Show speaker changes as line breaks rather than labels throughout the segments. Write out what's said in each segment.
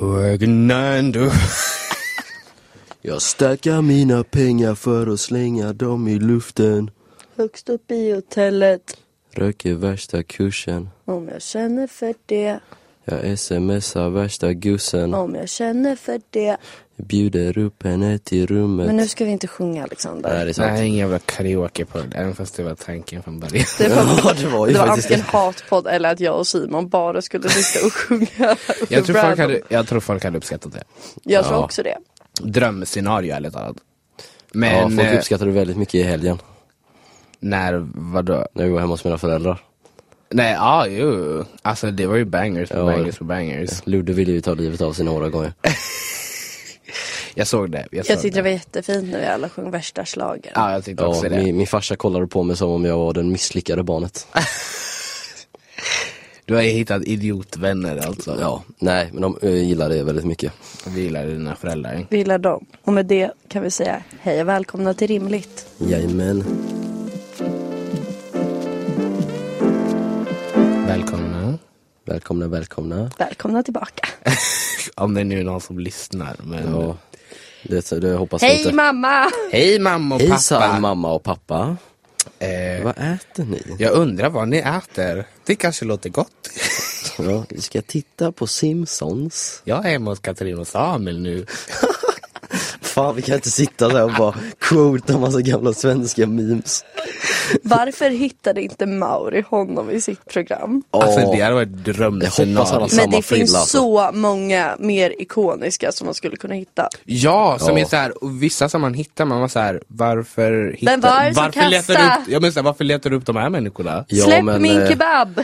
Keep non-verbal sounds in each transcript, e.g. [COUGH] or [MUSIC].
Högnando.
Jag stackar mina pengar för att slänga dem i luften.
Högst upp i hotellet.
Röker värsta kursen.
Om jag känner för det.
Jag smsar värsta gussen.
Om jag känner för det.
Bjuder upp henne till rummet. [LAUGHS]
Men nu ska vi inte sjunga Alexander.
Nej, det är sant.
Nej, ingen jävla karaoke på det även fast det var tanken från
[LAUGHS]
början.
Det var,
Ja, det var ju
det var
faktiskt
antingen hatpodd eller att jag och Simon bara skulle sitta och sjunga.
Jag tror, folk
random.
hade, jag tror folk hade uppskattat det.
Jag tror
Ja.
också det.
Drömscenario ärligt talat.
Ja,
Men
folk
eh,
uppskattade det väldigt mycket i helgen.
när, vadå?
När vi var hemma hos mina föräldrar.
Nej, ja ah, jo. Alltså det var ju bangers på
Ja.
bangers på bangers.
Ludde ville ju ta livet av sig några gånger.
Jag såg det. Jag, såg
Jag tyckte
det.
det var jättefint när vi alla sjöng värsta slagen.
Ja, jag tyckte
Ja,
också det.
min, min farsa kollade på mig som om jag var den misslyckade barnet.
Du har ju hittat idiotvänner alltså.
Ja, nej, men de eh, gillar det väldigt mycket.
Vi gillar dina föräldrar.
Vi gillar dem. Och med det kan vi säga hej och välkomna till Rimligt.
Jajamän.
Välkomna.
Välkomna, välkomna.
Välkomna tillbaka.
Om det nu är någon som lyssnar. Men...
Ja, det, det hoppas jag
Hej
inte.
mamma! [LAUGHS]
Hej mamma och pappa.
Hejsan mamma och pappa.
eh,
Vad äter ni?
jag undrar vad ni äter. Det kanske låter gott.
Ja, vi ska titta på Simpsons.
Jag är hemma hos Katrin och Samuel nu.
Fan, vi kan inte sitta där och bara quota massa gamla svenska memes.
Varför hittade inte Mauri honom i sitt program?
Alltså
Åh.
det hade varit
Jag hoppas han har
drömscenario.
sagt-
Men
Samma
det finns
frilla, alltså.
så många mer ikoniska som man skulle kunna hitta.
Ja, som
Ja.
är såhär, och vissa som man hittar, man var såhär, varför hittar,
Den var som
varför letar du
kasta.
upp, jag menar såhär, varför letar du upp de här människorna?
Ja,
Släpp
men,
min
eh,
kebab!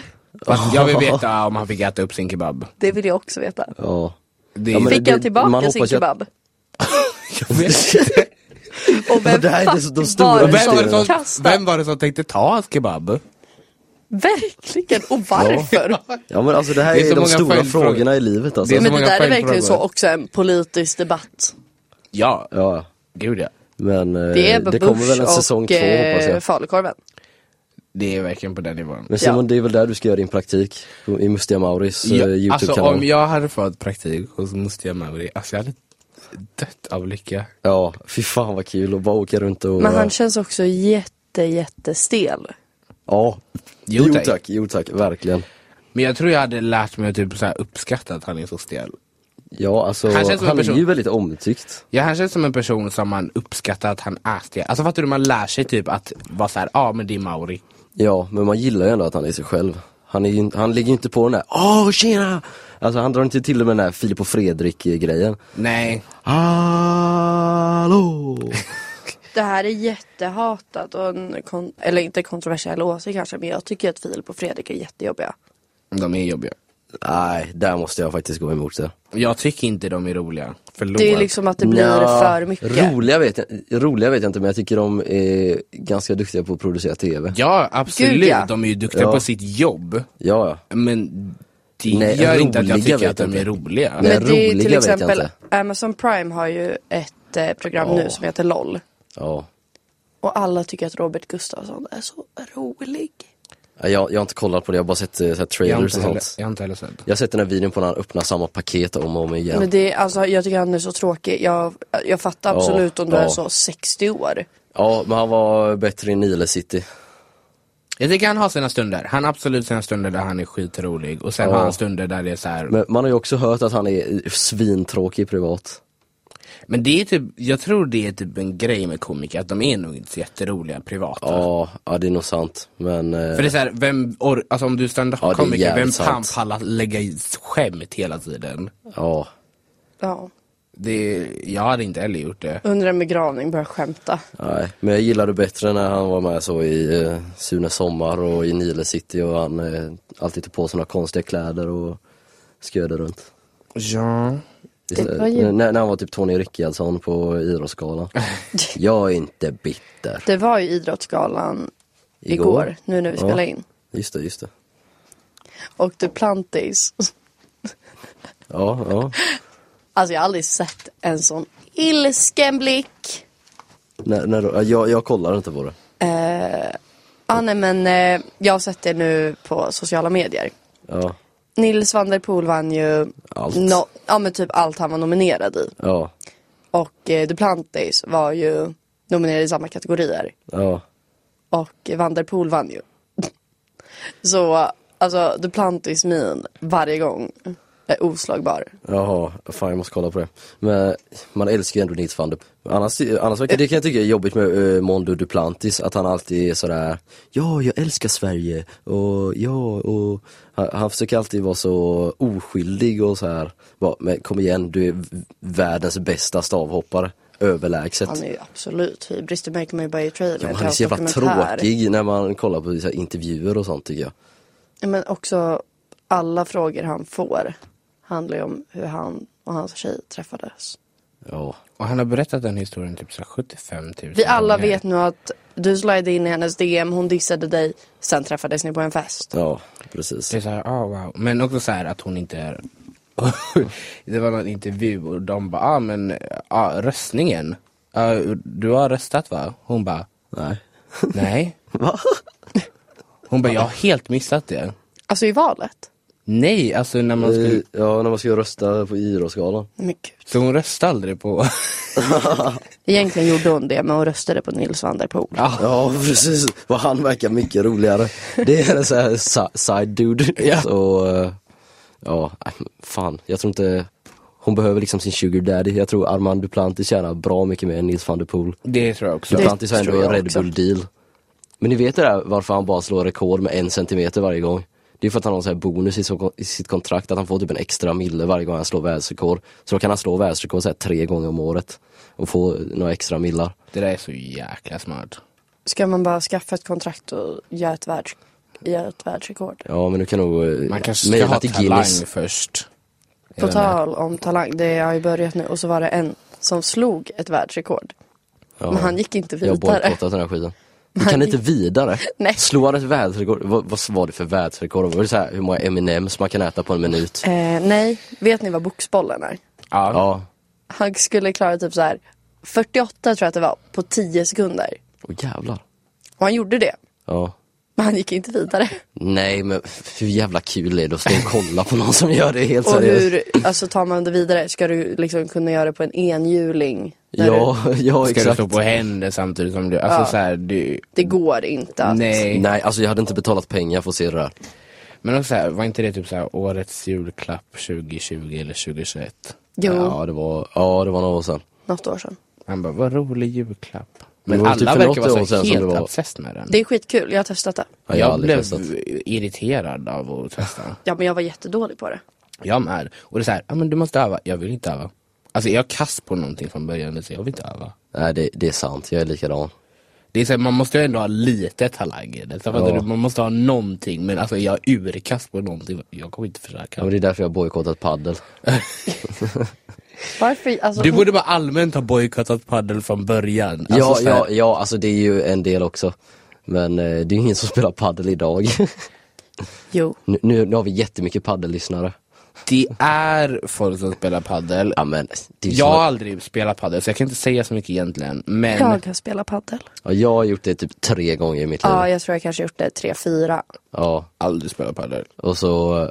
Fast jag vill veta om han fick äta upp sin kebab.
Det vill jag också veta.
Ja.
Det,
Ja, men
Fick
det-
han
man
tillbaka
hoppas
sin
ju att-
kebab?
[LAUGHS]
jag vet inte.
Och vem
det här är
fuck
det som- de stora
var det
Vem var,
som
det som,
kastade?
vem var det som tänkte ta hans kebab?
Verkligen, och varför?
[LAUGHS] ja, men alltså det här
Det är
är,
så
de
många
stora
följdfrågor.
frågorna i livet alltså.
Det är så
Men det
många
där är verkligen så
följdfrågor.
också en politisk debatt.
[LAUGHS] Ja,
Ja,
gud ja.
men eh,
Det är
det,
Ebba
kommer väl en
Busch
säsong
och
två hoppas
eh,
jag.
falukorven.
Det är verkligen på den nivån.
Men Simon,
ja.
det är väl där du ska göra din praktik? I Mustiga Mauris eh,
Ja, alltså
Youtube-kanal.
om jag hade fått praktik hos Mustiga Mauri, alltså jag hade dött av lycka.
Ja, fy fan vad kul att bara åka runt och...
Men
eh,
han känns också jätte, jättestel.
Ja.
Jo, tack.
jo tack, verkligen.
Men jag tror jag hade lärt mig att typ så här uppskatta att han är så stel.
Ja, alltså
Han
han,
känns som en
är
person-
ju väldigt omtyckt.
Ja, han känns som en person som man uppskattar att han är stel. Alltså fattar du, man lär sig typ att vara såhär, ja ah, men det är Mauri.
Ja, men man gillar ju ändå att han är sig själv. Han, är ju, han ligger ju inte på den där, åh tjena! Alltså han drar inte till med den där Filip och Fredrik-grejen.
Nej,
Hallå!
Det här är jättehatat och en, kon- eller inte kontroversiell åsikt kanske, men jag tycker att Filip och Fredrik är jättejobbiga.
de är jobbiga.
Nej, där måste jag faktiskt gå emot det.
Jag tycker inte de är roliga. Förlåt.
Det är liksom att det blir
Nja,
för mycket.
Roliga vet, jag, roliga vet jag inte, men jag tycker de är ganska duktiga på att producera TV.
Ja, absolut.
Gud, ja.
De är ju duktiga
Ja.
på sitt jobb.
Ja, ja.
Men det
Nej,
gör inte att
roliga
jag tycker
vet
att de
jag
är
inte.
roliga.
Nej.
Men det är ju
roliga
till
vet jag
exempel,
inte.
Amazon Prime har ju ett eh, program
Ja.
nu som heter LOL.
ja.
Och alla tycker att Robert Gustafsson är så rolig.
Ja, Jag, jag har inte kollat på det, jag har bara sett eh, så här,
Jag har
trailers
inte
och
heller,
sånt.
jag har inte heller sett.
Jag har sett den här videon på när han öppnar samma paket om och om igen.
Men det, är- alltså, jag tycker han är så tråkig. Jag, jag fattar
Ja,
absolut om du
ja.
är så 60 år.
Ja, men han var bättre i Nile City.
Jag tycker han har sina stunder. Han har absolut sina stunder där han är skitrolig och sen
Ja.
har han stunder där det är så här. Men,
Men man har ju också hört att han är svintråkig privat.
det är typ, jag tror det är typ en grej med komiker att de är nog inte så jätteroliga privata.
Ja, ja det är nog sant. Men eh,
För det är såhär, vem, or, alltså om du är
Ja, det är
standup-komiker, vem
jävligt
fan
sant.
pallar lägga i skämt hela tiden?
ja,
Ja.
Det, jag hade inte heller gjort det.
Under en begravning börjar skämta.
nej. Men jag gillade bättre när han var med så i eh, Sune Sommar och i Nile City och han eh, alltid tog på sina konstiga kläder och sködde runt.
Ja.
Det var ju-
Eh, när, när han var typ Tony Rickardsson på
[LAUGHS]
Idrottsgalan. jag är inte bitter.
Det var ju Idrottsgalan igår, nu när vi
Ja.
spelar in.
Just det, just det.
Och Duplantis.
Ja, ja.
Alltså jag har aldrig sett en sån ilsken blick.
när, när, då- jag, jag kollar inte på det.
Ah, nej, men eh, jag har sett det nu på sociala medier.
Ja.
Nils van der Poel vann ju
allt.
No, ja men typ allt han var nominerad i.
Ja,
Och eh, Duplantis var ju nominerad i samma kategorier.
ja.
Och eh, Van der Poel vann ju. [LAUGHS] Så alltså Duplantis min varje gång är oslagbar.
Jaha, fan jag måste kolla på det. Men man älskar ju ändå Nils van der annars, annars verkar det kan jag tycka är jobbigt med uh, Mondo Duplantis, att han alltid är sådär Ja, jag älskar Sverige och ja, och han, han försöker alltid vara så oskyldig och så här. Bara, men kom igen, du är v- världens bästa stavhoppare, överlägset.
Han är ju absolut hybris, det märker man ju bara i trailern.
Ja,
till
han är
hans
så jävla
dokumentär.
tråkig när man kollar på så här, intervjuer och sånt tycker jag.
Ja, Men också alla frågor han får handlar ju om hur han och hans tjej träffades.
Ja,
Och han har berättat den historien typ så här 75 000
Vi alla
gånger.
vet nu att du slide in i hennes DM, hon dissade dig, sen träffades ni på en fest.
ja precis.
Det är så här, ah, wow. Men också så här att hon inte är... [LAUGHS] det var någon intervju och de bara, ah men ah, röstningen. Ah, du har röstat va? Hon bara,
Nej.
nej. Hon bara, jag har helt missat det.
Alltså i valet.
Nej, alltså när man skulle...
Eh, Ja, när man ska rösta på Idrottsgalan.
Nej, Men gud.
Så hon röstade aldrig på...
Egentligen gjorde hon det, men hon röstade på Nils van der Poel.
Ja.
Ja precis, vad han verkar mycket roligare. Det är en sån här si- side dude.
Ja.
Så, eh, ja, äh, fan, jag tror inte Hon behöver liksom sin sugar daddy. Jag tror Armand Duplantis tjänar bra mycket mer än Nils van der Poel.
Det tror jag också.
Det-
Duplantis har ändå
tror
en
jag
Red
också.
Bull deal. Men ni vet det där varför han bara slår rekord med en centimeter varje gång? Det är för att han har en sån här bonus i, så, i sitt kontrakt att han får typ en extra mille varje gång han slår världsrekord. Så då kan han slå världsrekord så här tre gånger om året och få några extra millar.
Det där är så jäkla smart.
Ska man bara skaffa ett kontrakt och göra ett, världs- göra ett världsrekord?
Ja men du kan nog eh,
Man kanske ska
mejla
ha
till
talang
Guinness.
först.
På
Jag vet inte.
tal om talang, det har ju börjat nu och så var det en som slog ett världsrekord.
Ja.
Men han gick inte
Jag har
vidare.
bojkottat den här
[LAUGHS]
skiten. Vi kan inte vidare.
Nej.
Slå han ett världsrekord, vad, vad var det för världsrekord? Var det så här, hur många M&M's man kan äta på en minut?
Eh, nej, vet ni vad boxbollen är?
Ja.
Ja.
Han skulle klara typ så här 48 tror jag att det var, på 10 sekunder.
Åh jävlar.
Och han gjorde det.
Ja.
Men han gick inte vidare.
Nej men hur jävla kul är det att stå
[LAUGHS]
och kolla på någon som gör det helt
Och
seriöst?
hur, alltså tar man det vidare, ska du liksom kunna göra det på en enhjuling? När
Ja, ja
Ska
exakt.
du stå på händer samtidigt som du... Alltså
Ja.
så här, du...
Du, det går inte att.
Nej.
Nej alltså jag hade inte betalat pengar för att se det där.
Men också så här, var inte det typ så här, årets julklapp 2020 eller 2021?
Jo,
Ja det var, ja det var några år sedan.
något år sedan.
Man bara, vad rolig julklapp.
Men
Men
det var typ
alla
för något
verkar
år
vara så
sedan som det
helt
var-
obsessed med den.
Det är skitkul, jag har testat det.
Ja, jag har
jag
aldrig
blev
testat.
irriterad av att testa.
Ja men jag var jättedålig på det.
Jag med. Och det är så här, ah, men du måste öva. Jag vill inte öva. Alltså jag är kass på någonting från början, så jag vill inte öva.
Nej det, det är sant, jag är likadan.
Det är så här, man måste ju ändå ha lite talang i det. Så fattar
Ja.
du? Man måste ha någonting, men alltså jag är urkass på någonting. Jag kommer inte försöka.
Ja, men det är därför jag har bojkottat paddel.
Varför, alltså,
Du borde bara allmänt ha bojkottat padel från början. Alltså,
ja,
så här-
ja, ja, alltså det är ju en del också. Men eh, det är ingen som [LAUGHS] spelar paddel idag.
Jo,
nu, nu, nu har vi jättemycket paddellyssnare.
Det är folk som spelar padel.
Ja men, det är ju
Jag har
som-
aldrig spelat padel så jag kan inte säga så mycket egentligen. Men
jag kan spela padel.
ja, jag har gjort det typ tre gånger i mitt liv.
Ja,
Ja,
jag tror jag kanske gjort det tre, fyra.
aldrig spelat padel.
och så,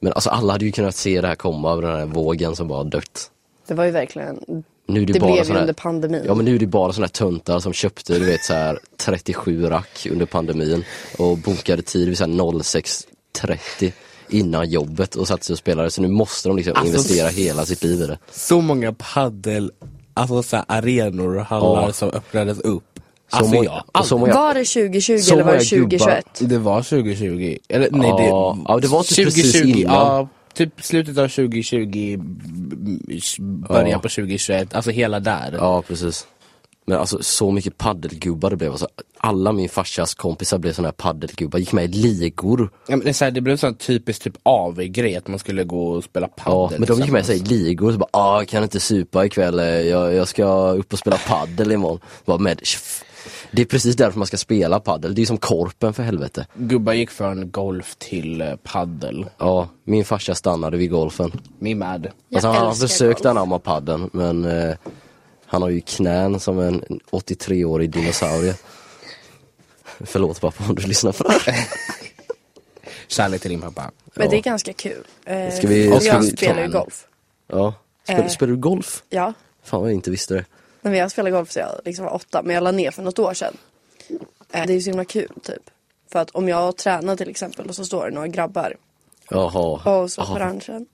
men alltså alla hade ju kunnat se det här komma, av den här vågen som bara har dött.
Det var ju verkligen,
Nu är det,
det
bara
blev ju
såna här,
under pandemin.
Ja men nu är det bara såna här töntar som köpte du vet så här 37 rack under pandemin och bokade tid vid så här 06.30 innan jobbet och satte sig och spelade så nu måste de liksom
Alltså,
investera hela sitt liv i det.
Så många padel, alltså så här arenor och hallar
Ja.
som öppnades upp.
Så
alltså
många-
jag,
och så
aldrig-
många-
Var det 2020
Så
eller var det
många gubbar.
2021?
Det var 2020, eller nej det,
Ja, ja, det var typ precis innan.
Ja, typ slutet av 2020, m- m- början
Ja.
på 2021, alltså hela där.
Ja precis. Men alltså så mycket paddelgubbar det blev. Alltså, alla min farsas kompisar blev såna här paddelgubbar, gick med i ligor.
Ja, men det, är så här, det blev en sån typisk typ AV-grej att man skulle gå och spela padel.
Ja, men de gick med sig i
tillsammans.
ligor och så bara, ah, jag kan inte supa ikväll, eh, jag, jag ska upp och spela paddel imorgon. Bara, men, tjoff. det är precis därför man ska spela paddel, det är som korpen för helvete.
Gubbar gick från golf till eh, padel.
Ja, min farsa stannade vid golfen.
Min med.
Jag
Alltså, han har
älskar
försökt
golf.
anamma paddeln men eh, han har ju knän som en 83-årig [LAUGHS] dinosaurie. Förlåt pappa om du lyssnar på det här.
Kärlek till din pappa.
Men det är ganska kul. Eh,
Ska vi-
och
ska
jag
vi ta
spelar ju
en?
golf.
Ja. Spel,
Eh.
Spelar du golf?
Ja.
Fan vad jag inte visste det.
Nej, men jag spelade golf så jag liksom var åtta, men jag la ner för något år sedan. Eh, Det är ju så himla kul typ. För att om jag tränar till exempel och så står det några grabbar
Jaha.
och så på
Jaha.
ranchen.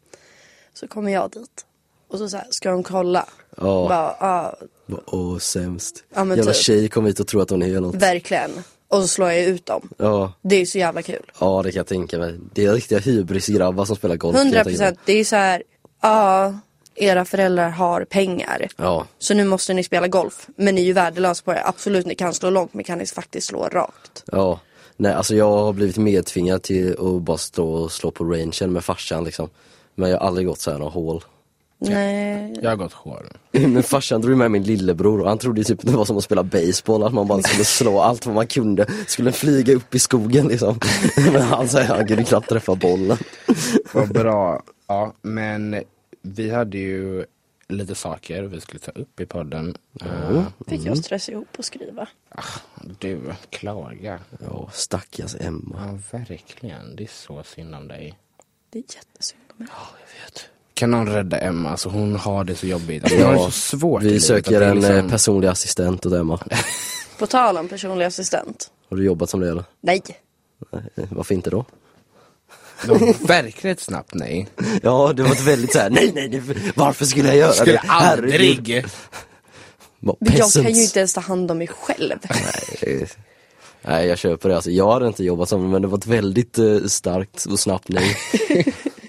Så kommer jag dit. Och så, så här, ska de kolla?
Ja.
Bara, ja,
Vad- Åh, sämst.
Ja, men
Jävla
typ.
tjej kom hit och tror att hon är något.
verkligen. Och så slår jag ut dem.
Ja.
Det är så jävla kul.
ja, det kan jag tänka mig. Det är riktiga hybrisgrabbar som spelar golf. kan jag
100
tänka mig.
procent. Det är så här, ja, era föräldrar har pengar.
Ja.
Så nu måste ni spela golf. Men ni är ju värdelösa på det. Absolut, ni kan slå långt men kan ni faktiskt slå rakt?
Ja, nej alltså jag har blivit medtvingad till att bara stå och slå på rangen med farsan liksom. Men jag har aldrig gått så här några hål.
Nej.
Jag har gått hår.
[LAUGHS] Men farsan drog med min lillebror och han trodde ju typ det var som att spela baseball att man bara skulle slå allt vad man kunde. Skulle flyga upp i skogen liksom. [LAUGHS] Men han sa han kunde knappt träffa bollen.
Vad bra. Ja, men vi hade ju lite saker vi skulle ta upp i podden. Eh, ah,
Fick
Mm.
jag stress ihop och skriva.
du, klaga.
Ja, stackars Emma.
Ja, verkligen. Det är så synd om dig.
Det är jättesynd om er.
Kan någon rädda Emma? Alltså, hon har det så jobbigt. Alltså, hon har
Ja,
det så svårt i
vi
livet att
söker
det är
en
liksom-
eh, personlig assistent åt Emma.
På tal om personlig assistent.
Har du jobbat som det eller?
Nej.
Nej, Varför inte då?
Det var verkligen ett snabbt nej.
Ja, det var ett väldigt såhär, nej nej, nej, varför skulle jag göra
Skulle
det? Herregud.
Alltså, aldrig!
Bara,
Men jag kan ju
peasants.
inte ens ta hand om mig själv.
[LAUGHS] Eh, Nej jag köper det, alltså, jag hade inte jobbat som det men det var ett väldigt eh, starkt och snabbt
[LAUGHS]
nej.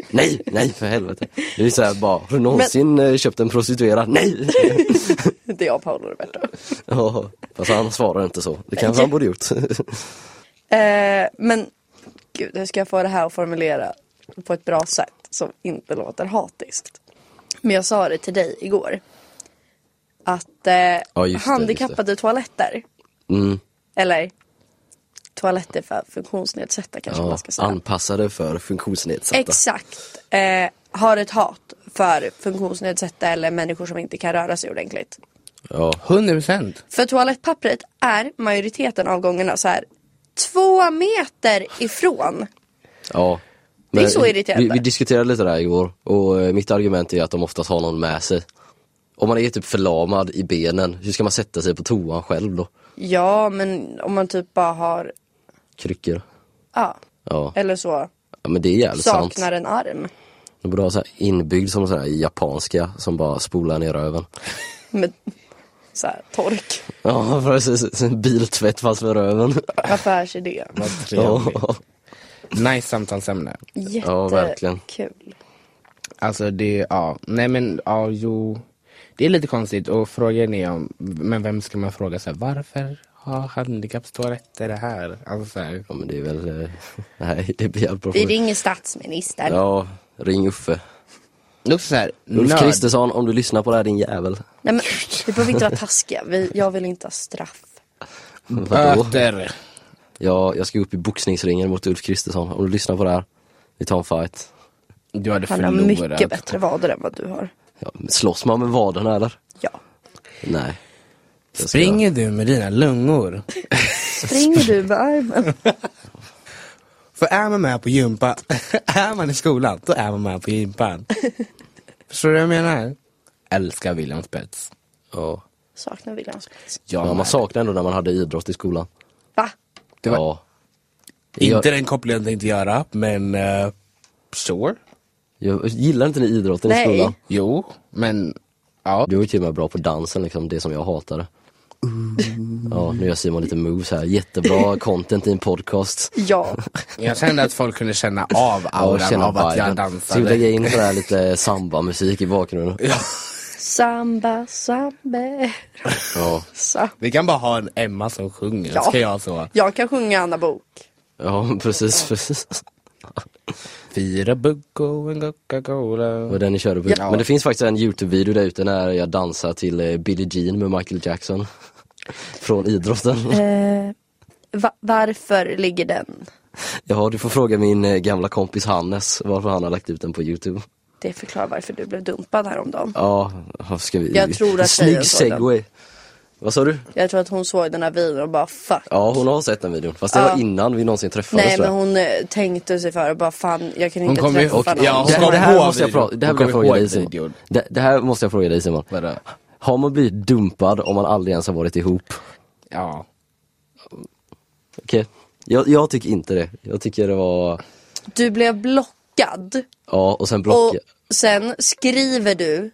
nej, nej för helvete. Det är så här bara, har du någonsin eh, köpt en prostituerad? Nej! [LAUGHS]
Det är jag Paolo Roberto.
Ja, fast han svarar inte så, det kanske han borde gjort. [LAUGHS] Mm,
Eh, men gud, hur ska jag få det här att formulera på ett bra sätt som inte låter hatiskt? Men jag sa det till dig igår. Att eh,
just det,
handikappade toaletter,
mm,
eller toaletter för funktionsnedsatta kanske man
ja,
ska säga.
anpassade för funktionsnedsatta.
Exakt. Eh, har ett hat för funktionsnedsatta eller människor som inte kan röra sig ordentligt.
Ja,
100 procent.
För toalettpappret är majoriteten av gångerna så här två meter ifrån.
ja.
Det är så irriterande.
Vi, vi diskuterade lite det här igår och eh, mitt argument är att de oftast har någon med sig. Om man är typ förlamad i benen, hur ska man sätta sig på toan själv då?
Ja, men om man typ bara har,
Kryckor.
ja,
Ja.
eller så,
Ja men det är jävligt sant.
saknar en arm.
De borde ha så här inbyggd som så här japanska som bara spolar ner röven.
Med så här, tork.
Ja precis, en biltvätt fast med röven.
Affärsidé.
Vad trevligt.
Ja,
Nice samtalsämne.
Ja, verkligen.
Jättekul.
Alltså det, ja, nej men ja, jo. Det är lite konstigt och frågan är om, men vem ska man fråga så här, varför har handikappstoaletter det här? Alltså så här,
ja men det är väl, eh, nej det blir jävligt bra
Vi
fråga.
ringer statsministern.
Ja, ring Uffe.
det är också så här,
Ulf
nörd.
Kristersson om du lyssnar på det här din jävel.
Nej, men, vi behöver inte vara taskiga. Vi, jag vill inte ha straff.
Äh,
Vadå?
Böter.
Ja, jag ska upp i boxningsringen mot Ulf Kristersson om du lyssnar på det här. Vi tar en fight.
Du hade
Han har
förlorat.
mycket bättre vader än vad du har.
Ja, men slåss man med vaderna eller?
Ja.
Nej. Jag ska-
Springer du med dina lungor?
Springer du med armen?
För är man med på gympa, [LAUGHS] är man i skolan, då är man med på [LAUGHS] gympan. Förstår du vad jag menar? Älskar William Spets.
Ja.
Saknar Williams plats.
Jag
ja, man
med.
saknar ändå när man hade idrott i skolan.
Va?
Det var-
Ja.
Inte den kopplingen jag tänkte göra, men eh, sure.
Jag gillar inte ni idrotten
Nej.
i skolan?
Jo, men ja.
Du var ju till och med bra på dansen liksom, det som jag hatade. Ja, nu gör Simon lite moves här. Jättebra content i en podcast.
Ja.
Jag kände att folk kunde känna [LAUGHS] av
Ja,
auran av att jag dansade.
Ska vi lägga in sån här lite samba-musik i bakgrunden?
Samba, sambe,
Ja.
samba.
[LAUGHS] Vi kan bara ha en Emma som sjunger,
Ja.
ska jag så.
Jag kan sjunga Anna Bok.
Ja, [LAUGHS] precis, precis.
Fyra bugg och en Coca-Cola.
Det var den ni körde på.
Ja.
Men det finns faktiskt en YouTube-video där ute när jag dansar till eh, Billie Jean med Michael Jackson. [LAUGHS] Från idrotten.
Eh, va- varför ligger den?
Ja, du får fråga min eh, gamla kompis Hannes varför han har lagt ut den på YouTube.
Det förklarar varför du blev dumpad häromdagen.
Ja, vad ska vi...
Jag tror att
Snygg
tjejen såg den.
segway. Vad sa du?
Jag tror att hon såg den här videon och bara fuck.
Ja, hon har sett den videon. Fast det
Ja.
var innan vi någonsin träffades
Nej
tror
men
jag.
hon eh, tänkte sig för och bara fan jag kan
Hon
inte
kommer
träffa
ihåg-
någon.
ja, hon
Det,
kommer
det, här
ihåg
måste jag
videon.
pra- det här
Hon
vill
kommer
jag fråga
ihåg
dig Simon.
videon.
Det, det här måste jag fråga dig Simon.
Vadå?
Har man blivit dumpad om man aldrig ens har varit ihop?
Ja.
Okej. Jag, jag tycker inte det. Jag tycker det var,
Du blev blockad
ja och sen
och
block...
sen skriver du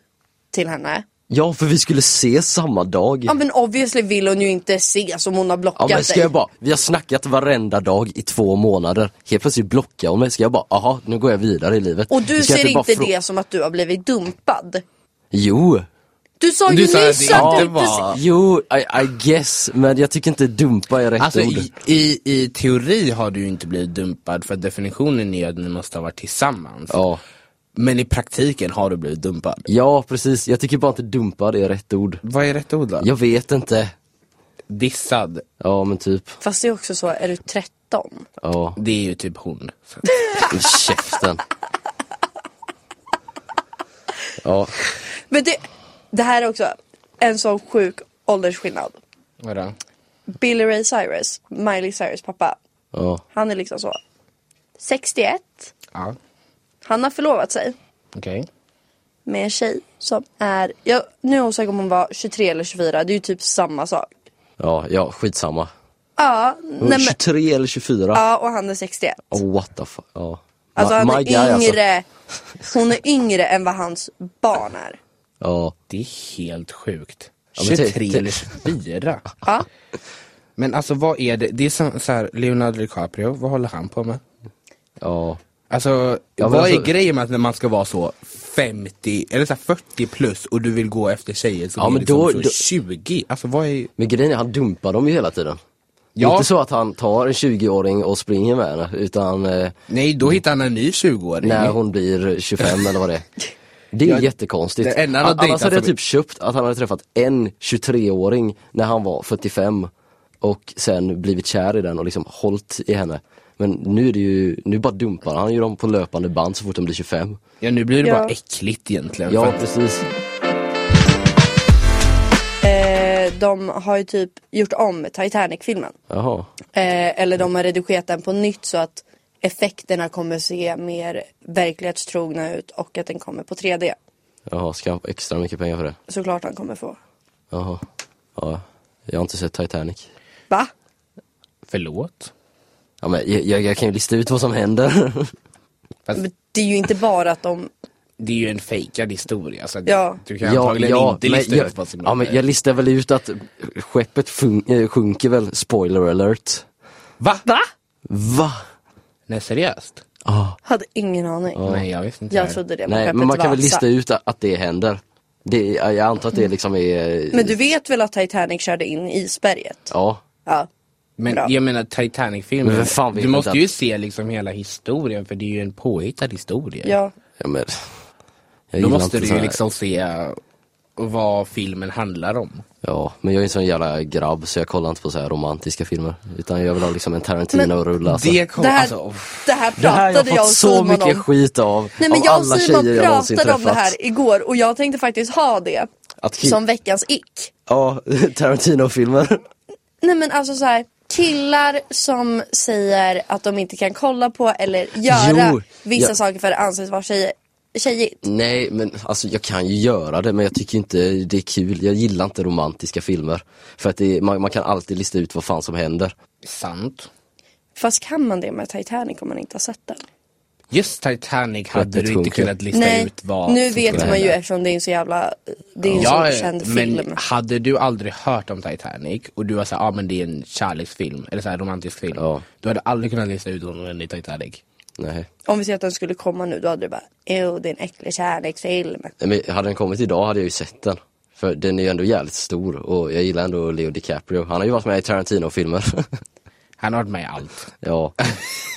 till henne.
Ja för vi skulle ses samma dag.
Ja men obviously vill hon ju inte ses om hon har
Ja
blockat
men ska
dig.
jag bara, vi har snackat varenda dag i två månader. Helt plötsligt blockar hon mig. Ska jag bara, aha nu går jag vidare i livet.
Och du
Ska jag typ
ser
bara
inte
frå-
det som att du har blivit dumpad.
Jo.
Du sa ju
Du sa att
nyss
det
att du
inte
inte
var-
Jo, I, I guess. Men jag tycker inte dumpa är rätt
Alltså
ord.
i, i, i teori har du ju inte blivit dumpad för definitionen är ju att ni måste ha varit tillsammans.
Ja.
Men i praktiken har du blivit dumpad.
ja precis, jag tycker bara inte dumpa det är rätt ord.
Vad är rätt ord då?
Jag vet inte.
Dissad,
Ja men typ,
Fast det är också så, är du 13?
ja.
det är ju typ hon. Så.
I käften. Ja,
Men det, det här är också en sån sjuk åldersskillnad.
Vadå?
Billy Ray Cyrus, Miley Cyrus pappa,
ja,
han är liksom så 61.
Ja,
Han har förlovat sig
okej.
med en tjej som är, jag, nu är jag osäker om hon var 23 eller 24, det är ju typ samma sak.
ja, ja skitsamma.
Ja,
Hon
nej
är
men,
23 eller 24?
ja och han är 61.
Oh, what the fuck, ja.
Alltså
My-
han
my
är
guy, alltså.
yngre, hon är yngre än vad hans barn är.
Ja,
Det är helt sjukt.
Ja, men
23
tänk- tänk-
eller 24?
Ja.
Men alltså vad är det? Det är som, så här, Leonardo DiCaprio, vad håller han på med?
ja.
Alltså,
Ja, men
vad
alltså-
är grejen med att när man ska vara så 50, eller så här 40 plus och du vill gå efter tjejer som
Ja,
är
men
liksom
då-
så
då-
20? Alltså vad är...
Men grejen är, han dumpar dem ju hela tiden.
Ja.
Inte så att han tar en 20-åring och springer med henne, utan eh,
Nej, då hittar han en ny 20-åring.
när hon blir 25 eller vad det är. Det är
Ja,
jättekonstigt.
det enda han har
Annars
dejtat
hade jag
som-
typ köpt att han hade träffat en 23-åring när han var 45 och sen blivit kär i den och liksom hållt i henne. Men nu är det ju, nu bara dumpar han ju dem på löpande band så fort de blir 25.
Ja, nu blir det
Ja.
bara äckligt egentligen.
Ja
för att-
precis.
Eh, de har ju typ gjort om Titanic-filmen.
Jaha.
Eh, eller de har redigerat den på nytt så att effekterna kommer se mer verklighetstrogna ut och att den kommer på 3D.
Jaha, ska han få extra mycket pengar för det?
Såklart han kommer få.
Jaha. Ja. Jag har inte sett Titanic.
Va?
Förlåt?
Ja men jag, jag, jag kan ju lista ut vad som händer. [LAUGHS]
Fast
Men Det är ju inte bara att de...
det är ju en fejkad historia, så att
Ja.
du kan antagligen inte
men
lista
jag,
ut vad som
Ja men jag listar väl ut att skeppet fun- eh, sjunker väl, spoiler alert.
Va? Va?
Va?
Nej, seriöst?
Ja.
Hade ingen aning.
Nej, jag visste inte. det
Jag
här.
trodde det
Nej
skeppet
men man kan väl
Vasa.
lista ut a- att det händer. Det, jag antar att det liksom är...
Men du vet väl att Titanic körde in i isberget?
Ja.
Ja.
Men
Bra.
jag menar Titanic-filmen,
Men vem fan vet
du måste
inte
ju
att-
se liksom hela historien för det är ju en påhittad historia.
Ja.
ja men, jag
Då
gillar
måste
inte
du
sån
ju
här-
liksom se eh, vad filmen handlar om.
Ja, men jag är en sån jävla grabb så jag kollar inte på så här romantiska filmer. Utan jag vill ha liksom en Tarantino-rulle alltså.
Det kom,
Det här,
alltså, uff.
det här
Det här har jag
pratade
fått
jag och
så
Simon
mycket
om.
skit av.
Nej men
av
jag
alla
och Simon
tjejer jag någonsin
pratade om det
träffat.
här igår och jag tänkte faktiskt ha det
Att ki-
som veckans ick.
Ja, [LAUGHS] Tarantino-filmer.
Nej men alltså så här, killar som säger att de inte kan kolla på eller göra
Jo,
vissa
jag-
saker för att anses vara tjejer, tjejigt.
Nej men alltså jag kan ju göra det men jag tycker inte det är kul. Jag gillar inte romantiska filmer. För att det är, man, man kan alltid lista ut vad fan som händer.
Sant.
Fast kan man det med Titanic om man inte har sett den?
Just Titanic hade
Skeppet
du inte
sjunker.
kunnat lista
Nej,
ut vad
nu
som
vet
skulle
man ju
hända.
eftersom det är en så jävla, det är en
Ja, eh,
så känd
men
film.
hade du aldrig hört om Titanic och du var såhär, ja ah, men det är en kärleksfilm, eller såhär romantisk film.
Ja.
Du hade aldrig kunnat lista ut om den i Titanic.
Nej.
Om vi ser att den skulle komma nu då hade du bara, ew det är en äcklig kärleksfilm.
Men hade den kommit idag hade jag ju sett den. För den är ju ändå jävligt stor och jag gillar ändå Leo DiCaprio. Han har ju varit med i Tarantino-filmer. [LAUGHS]
Han har varit med i allt.
ja.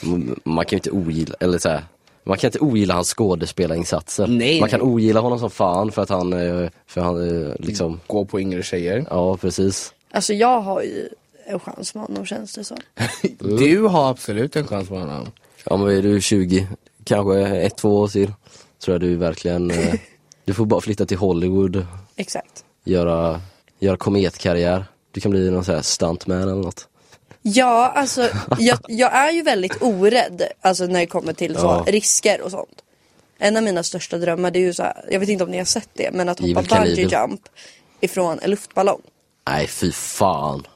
M- Man kan ju inte ogilla, eller så här. Man kan inte ogilla hans skådespelarinsatser.
Nej,
man kan
nej.
ogilla honom som fan för att han, eh, för han eh, liksom,
Gå på yngre tjejer.
ja precis.
Alltså jag har ju en chans med honom känns det som.
[LAUGHS] Du har absolut en chans på honom.
Ja men är du 20, kanske ett, två år till,
[LAUGHS]
tror jag du verkligen, eh, du får bara flytta till Hollywood,
Exakt.
göra göra kometkarriär. Du kan bli någon sån här stuntman eller något.
Ja, alltså jag, jag är ju väldigt orädd alltså, när det kommer till så,
Ja.
risker och sånt. En av mina största drömmar det är ju så här, jag vet inte om ni har sett det, men att hoppa
Evil Knievel.
bungee jump ifrån en luftballong.
Nej, fy fan.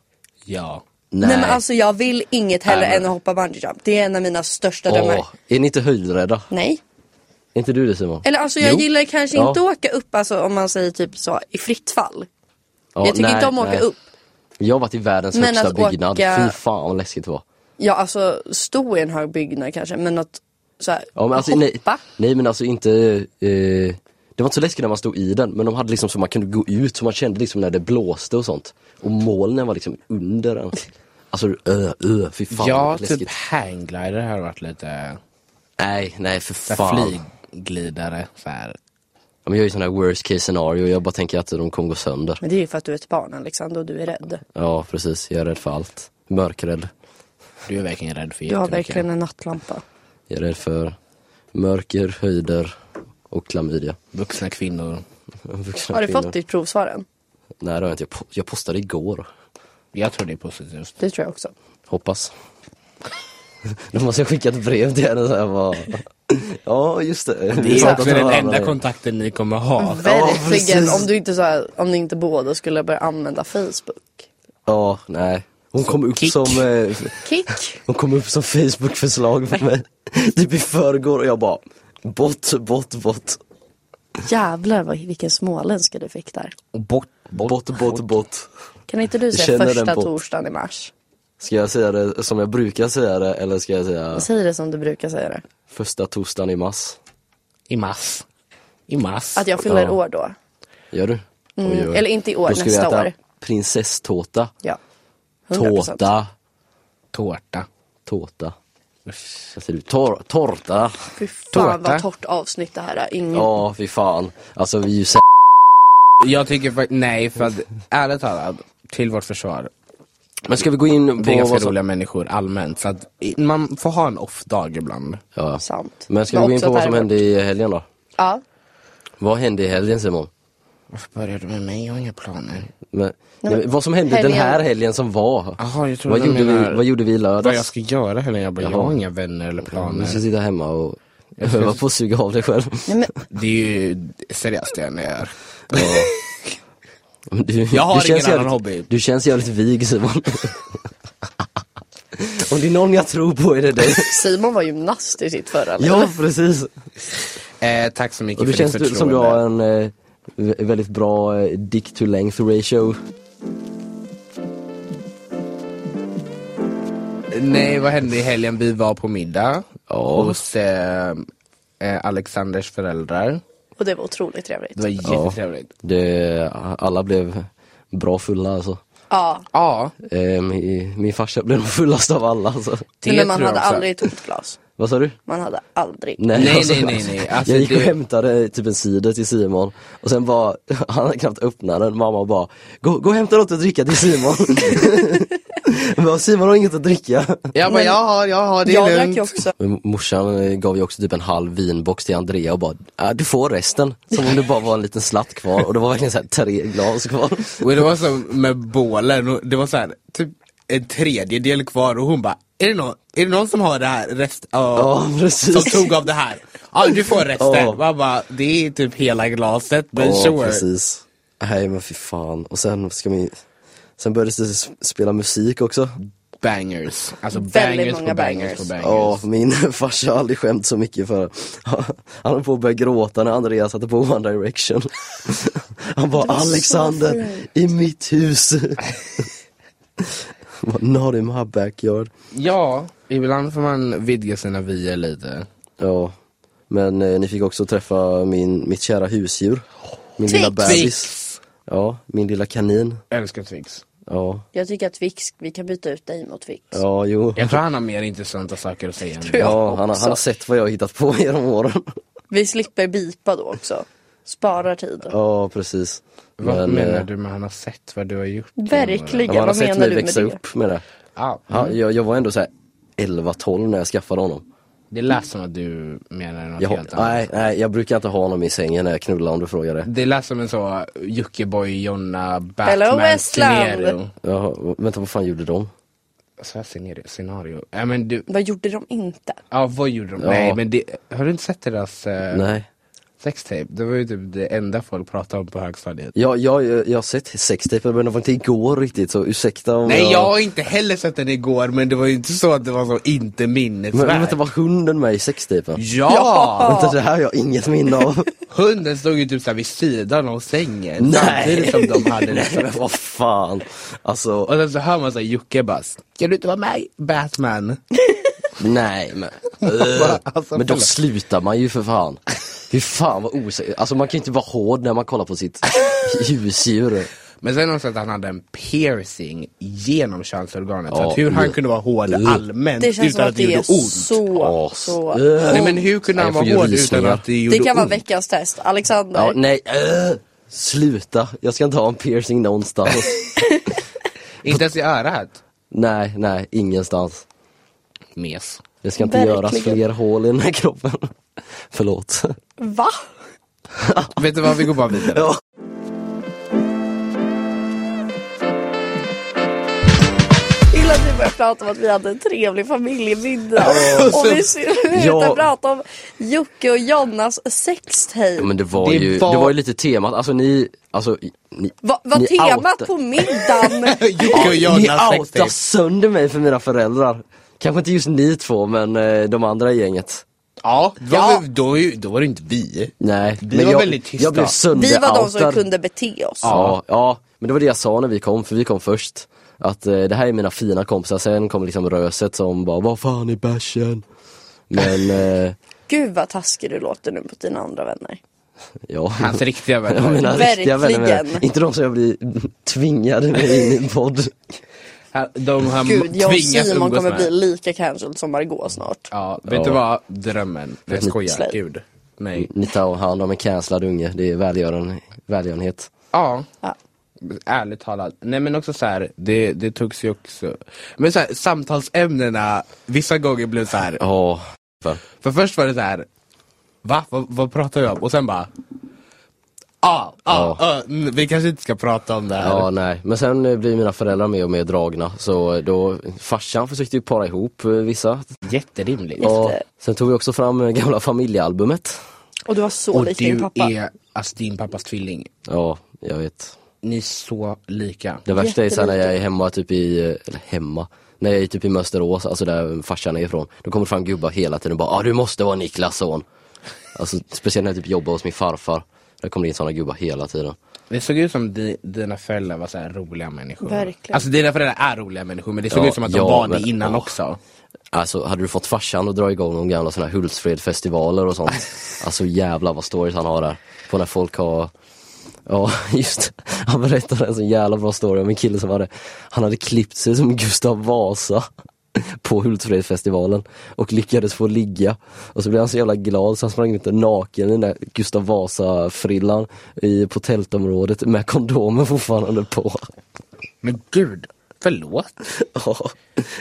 Ja.
Nej.
Nej.
men alltså jag vill inget hellre
Nej, men-
än att hoppa bungee jump. Det är en av mina största drömmar.
Åh, är ni inte höjdrädda?
Nej.
Är inte du det Simon?
Eller alltså jag
Jo.
gillar kanske
Ja.
inte att åka upp alltså, om man säger typ så i fritt fall.
Ja,
jag tycker inte om att åka
nej.
upp.
Jag har varit i världens
Men
högsta
att
byggnad.
åka-
Fy fan vad läskigt det var.
Ja alltså stå i en hög byggnad kanske men att så här,
Ja, men alltså, nej,
hoppa.
nej men alltså inte, eh, det var inte så läskigt när man stod i den men de hade liksom så man kunde gå ut så man kände liksom när det blåste och sånt. Och molnen var liksom under den. Alltså ö, ö, fy
ja,
fan ja, läskigt.
typ hangglider har varit lite...
Nej, nej för
så här
fan.
Flygglidare. Så här.
Ja, men jag är ju sån här worst case scenario, jag bara tänker att de kommer gå sönder.
Men det är ju för att du är ett barn Alexander och du är rädd.
Ja precis, jag är rädd för allt. Mörkrädd.
Du är verkligen rädd för
Du har
jättemycket.
verkligen en nattlampa.
Jag är rädd för mörker, höjder och klamydia. [LAUGHS]
Vuxna kvinnor.
Vuxna
Har du
kvinnor.
fått ditt provsvar än?
Nej det har jag inte, jag, po- jag postade igår.
Jag tror det är positivt.
Det tror jag också.
Hoppas. Då måste jag skicka ett brev till henne så här bara. Ja just det.
Det är också den enda kontakten ni kommer ha.
Mm. Verkligen,
precis.
om du inte så här, om ni inte båda skulle börja använda Facebook.
Ja, nej. Hon kom upp
Kick.
som, eh,
Kick!
hon kom upp som Facebook-förslag för mig. Typ i förrgår och jag bara, bort, bort, bort.
Jävlar vad, vilken småländska du fick där.
Och bort,
Bort, bort, bort.
Kan inte du säga
känner
första
den på-
torsdagen i mars?
Ska jag säga det som jag brukar säga det eller ska jag säga
Säg det som du brukar säga det.
första torsdagen i mars?
I mass. I mass.
Att jag fyller
Ja.
år då.
Gör du? Oj, oj, oj.
Mm, eller inte i år,
Då ska vi
nästa
äta
år.
prinsesstårta.
Ja. 100%.
Tårta.
Tårta.
Tårta. Vad säger du? Tor- torta.
Fy fan
Tårta.
vad torrt avsnitt det här är. Ingen...
Ja, fy fan. Alltså vi är ju sä-
Jag tycker för, nej, för att ärligt talat, till vårt försvar.
Men ska vi gå in
Vi är
på
ganska
vad som...
roliga människor allmänt, så att i- man får ha en off-dag ibland.
Ja.
Sant.
Men ska
Men
vi gå in
också
på vad som
terror.
hände i helgen då?
Ja.
Vad hände i helgen Simon?
Varför börjar du med mig? Jag har inga planer.
Men,
men-
nej, men, vad som hände
helgen-
den här helgen som var?
Jaha, jag trodde
vad,
du
gjorde
menar
vi, vad gjorde vi i
Vad jag
lördags?
ska göra heller, jag bara, jag har
Jaha.
inga vänner eller
Du ska
planer.
sitta hemma och öva på att suga av dig själv.
Nej, men, [LAUGHS]
Det är ju seriöst det jag gör.
Ja. Men Du,
Jag har
du känns
ingen annan
jävligt,
hobby.
Du känns jävligt vig
[LAUGHS]
Simon. Om det är någon jag tror på är det dig.
Simon var gymnast i sitt förra liv.
Ja precis.
Eh, tack så
Och
mycket för
det
ditt
känns du,
förtroende.
som du har en eh, vä- väldigt bra eh, dick to length ratio.
Nej, vad hände i helgen? Vi var på middag
Ja.
hos eh, eh, Alexanders föräldrar.
Och det var otroligt trevligt.
Det var jättetrevligt.
Det, alla blev bra fulla alltså.
Ja.
Ja,
Eh, min, min farsa blev nog fullast av alla alltså.
det
men man
tror jag
hade
också.
aldrig ett tomt glas.
Vad sa du?
Man hade aldrig.
Nej, nej, nej,
[LAUGHS]
nej. Alltså,
jag gick och
det-
hämtade typ en cider till Simon och sen bara, [LAUGHS] han hade knappt öppnat den, mamma bara Gå, gå och hämta något att dricka till Simon. [LAUGHS] Jag bara, Simon har inget att dricka.
Jag bara, jag har, jag har, det
jag
är
drack ju
lugnt.
också.
Men morsan eh, gav ju också typ en halv vinbox till Andrea och bara, "Ah, du får resten. Som om det bara var en liten slatt kvar och det var verkligen så här tre
[LAUGHS]
glas kvar.
Och det var som med bålen, och det var så här, typ en tredjedel kvar och hon bara, är det någon, är det någon som har det här rest, ja,
Ja precis.
som tog av det här? Ja, du får resten.
Ja.
Man bara, det är typ hela glaset, men
Ja,
sure.
precis. Nej men fy fan. Och sen ska vi, sen började det s- spela musik också.
Bangers. Alltså
Väldigt
bangers på
många
bangers på
bangers.
bangers.
Ja, min [LAUGHS] farsa har aldrig skämt så mycket för [LAUGHS] Han höll på att börja gråta när Andreas satte på One Direction. [LAUGHS] Han bara,
så
Alexander,
fint."
i mitt hus. [LAUGHS] Han bara, Not in my backyard.
Ja, ibland får man vidga sina vyer lite.
Ja, men eh, ni fick också träffa min, mitt kära husdjur. Min lilla
Twix.
bebis. Ja, min lilla kanin.
Älskar Twix.
Ja,
Jag tycker att Vix, vi kan byta ut dig mot Vix.
ja jo.
Jag tror han har mer intressanta saker att säga. än
Tror
det.
jag
Ja, han, har-
också.
han har sett vad jag har hittat på [LAUGHS] genom åren.
Vi slipper bipa då också. Sparar tid.
Ja, precis.
Vad
Men,
menar
eh,
du med han har sett vad du har gjort?
Verkligen,
Han har
vad
sett
menar
mig
du med
växa
det? Mm.
upp med det.
Ja.
Ja, jag, jag var ändå så här 11-12 när jag skaffade honom.
Det lät som att du menar något
Jag har,
helt annat.
nej, nej, jag brukar inte ha honom i sängen när jag knullar om du frågar det.
Det lät som en så Jockiboi, Jonna,
Hello,
Batman,
Westland.
scenario.
Jaha, vänta vad fan gjorde de?
Så här scenario, scenario. Ja men du,
Vad gjorde de inte?
ja vad gjorde de?
Ja.
Nej men det, har du inte sett deras eh,
Nej.
sextape? Det var ju typ det enda folk pratade om på högstadiet.
Jag, jag, jag har sett sextejpen men det var inte igår riktigt så ursäkta om
Nej jag har inte heller sett den igår men det var ju inte så att det var så inte
Men,
minnesvärt.
men vänta var hunden med i sextejpen?
Ja!
Vänta det här har jag inget minne av.
Hunden stod ju typ såhär vid sidan av sängen
[LAUGHS] Nej.
samtidigt som de hade
[LAUGHS]
liksom.
men vad fan. Alltså,
Och sen så hör man såhär Jocke bara, ska du inte vara med i Batman?
nej men. eh.
Bara, alltså,
men då
förlåt.
slutar man ju för fan. Hur fan vad osäkert. Alltså man kan ju inte vara hård när man kollar på [LAUGHS] sitt husdjur.
Men sen också att han hade en piercing genom könsorganet. så
Ja,
att hur han
uh.
kunde vara hård
Uh.
allmänt
Det känns
utan
som
att
att
det
det
gjorde
är
ont.
så,
As.
så...
Äh.
Nej men hur kunde
Nej,
han vara
jag får ju
hård utan
rysningar.
att det gjorde
Det kan vara
ont?
veckans test.
Ja,
Alexander,
nej, äh, sluta. Jag ska inte ha en piercing någonstans.
Inte ens i örat.
nej, nej, ingenstans.
Mes.
Det ska inte
Verkligen.
göras fler hål i den här kroppen. Förlåt.
va?
Vet du vad, vi går bara
[LAUGHS]
vidare.
Ja.
Illa att vi började prata om att vi hade en trevlig familjemiddag. och vi slutar
Ja.
prata om Jocke och Jonas sextape.
Men det var,
Det
ju,
var-
det var ju lite temat, alltså ni, alltså ni,
Va, vad
Ni
temat
outa-
[LAUGHS]
på middagen?
Jocke och
ni
Jonas
outar
sextape.
sönder mig för mina föräldrar. Kanske inte just ni två men eh, de andra i gänget.
Ja, då,
Ja.
då, var ju- då var det inte vi.
Nej,
Vi
men
var
jag,
väldigt tysta.
jag blev
vi var de som
sönderoutad.
kunde bete oss.
Ja, ja, men det var det jag sa när vi kom, för vi kom först. Att eh, det här är mina fina kompisar, sen kom liksom röset som bara vad fan är bärsen? Men eh,
Gud vad taskig du låter nu mot dina andra vänner. [LAUGHS]
ja.
Hans riktiga [LAUGHS]
Jag
vänner.
menar, riktiga vänner menar jag.
Verkligen.
Inte de som jag blir tvingade med in i en podd.
Här- De har
Gud, jag och
tvingats
Simon
umgås
kommer
med.
bli lika cancelled som Margot snart.
Ja, Mm. vet
Ja.
du vad? Drömmen. Nej, jag skojar.
Slay.
Gud. Nej.
Ni tar hand om en cancellad unge, det är välgören, välgörenhet.
Ja.
Ja.
Ärligt talat. Nej men också så här, det, det togs ju också. Men så här, samtalsämnena, vissa gånger blev så här.
Ja,
För först var det så här. Va? Vad, vad pratar vi om? Och sen bara. Ja, ja, ja, mm, vi kanske inte ska prata om det här.
ja nej. Men sen eh, blir mina föräldrar mer och mer dragna, så då, farsan försökte ju para ihop eh, vissa.
Jätterimligt.
Ja.
Och sen tog vi också fram eh, gamla familjealbumet.
Och du var så
Och
lik din
du
pappa.
är alltså din pappas tvilling.
Ja, jag vet.
Ni är så lika.
Det värsta är sen när
Jättelite.
jag är hemma typ i, eller hemma, när jag är typ i Mönsterås, alltså där farsan är ifrån. Då kommer det fram gubbar hela tiden och bara ah, du måste vara Niklas son. Alltså speciellt när jag typ jobbar hos min farfar. Där kommer det in sådana gubbar hela tiden.
Det såg ut som di, dina föräldrar var så här roliga människor.
Verkligen.
Alltså dina föräldrar är roliga människor men det såg
Ja,
ut som att de
ja,
var
men-
det innan
åh.
också.
Alltså hade du fått farsan att dra igång de gamla sådana här Hultsfredfestivaler och sånt. Alltså jävlar vad stories han har där. På när folk har Ja [LAUGHS] just det. han berättade en så jävla bra story om en kille som hade, han hade klippt sig som Gustav Vasa [LAUGHS] på Hultsfredsfestivalen och lyckades få ligga. Och så blev han så jävla glad så han sprang inte naken i den där Gustav Vasa-frillan i- på tältområdet med kondomen fortfarande på. [LAUGHS]
Men gud, förlåt.
Ja,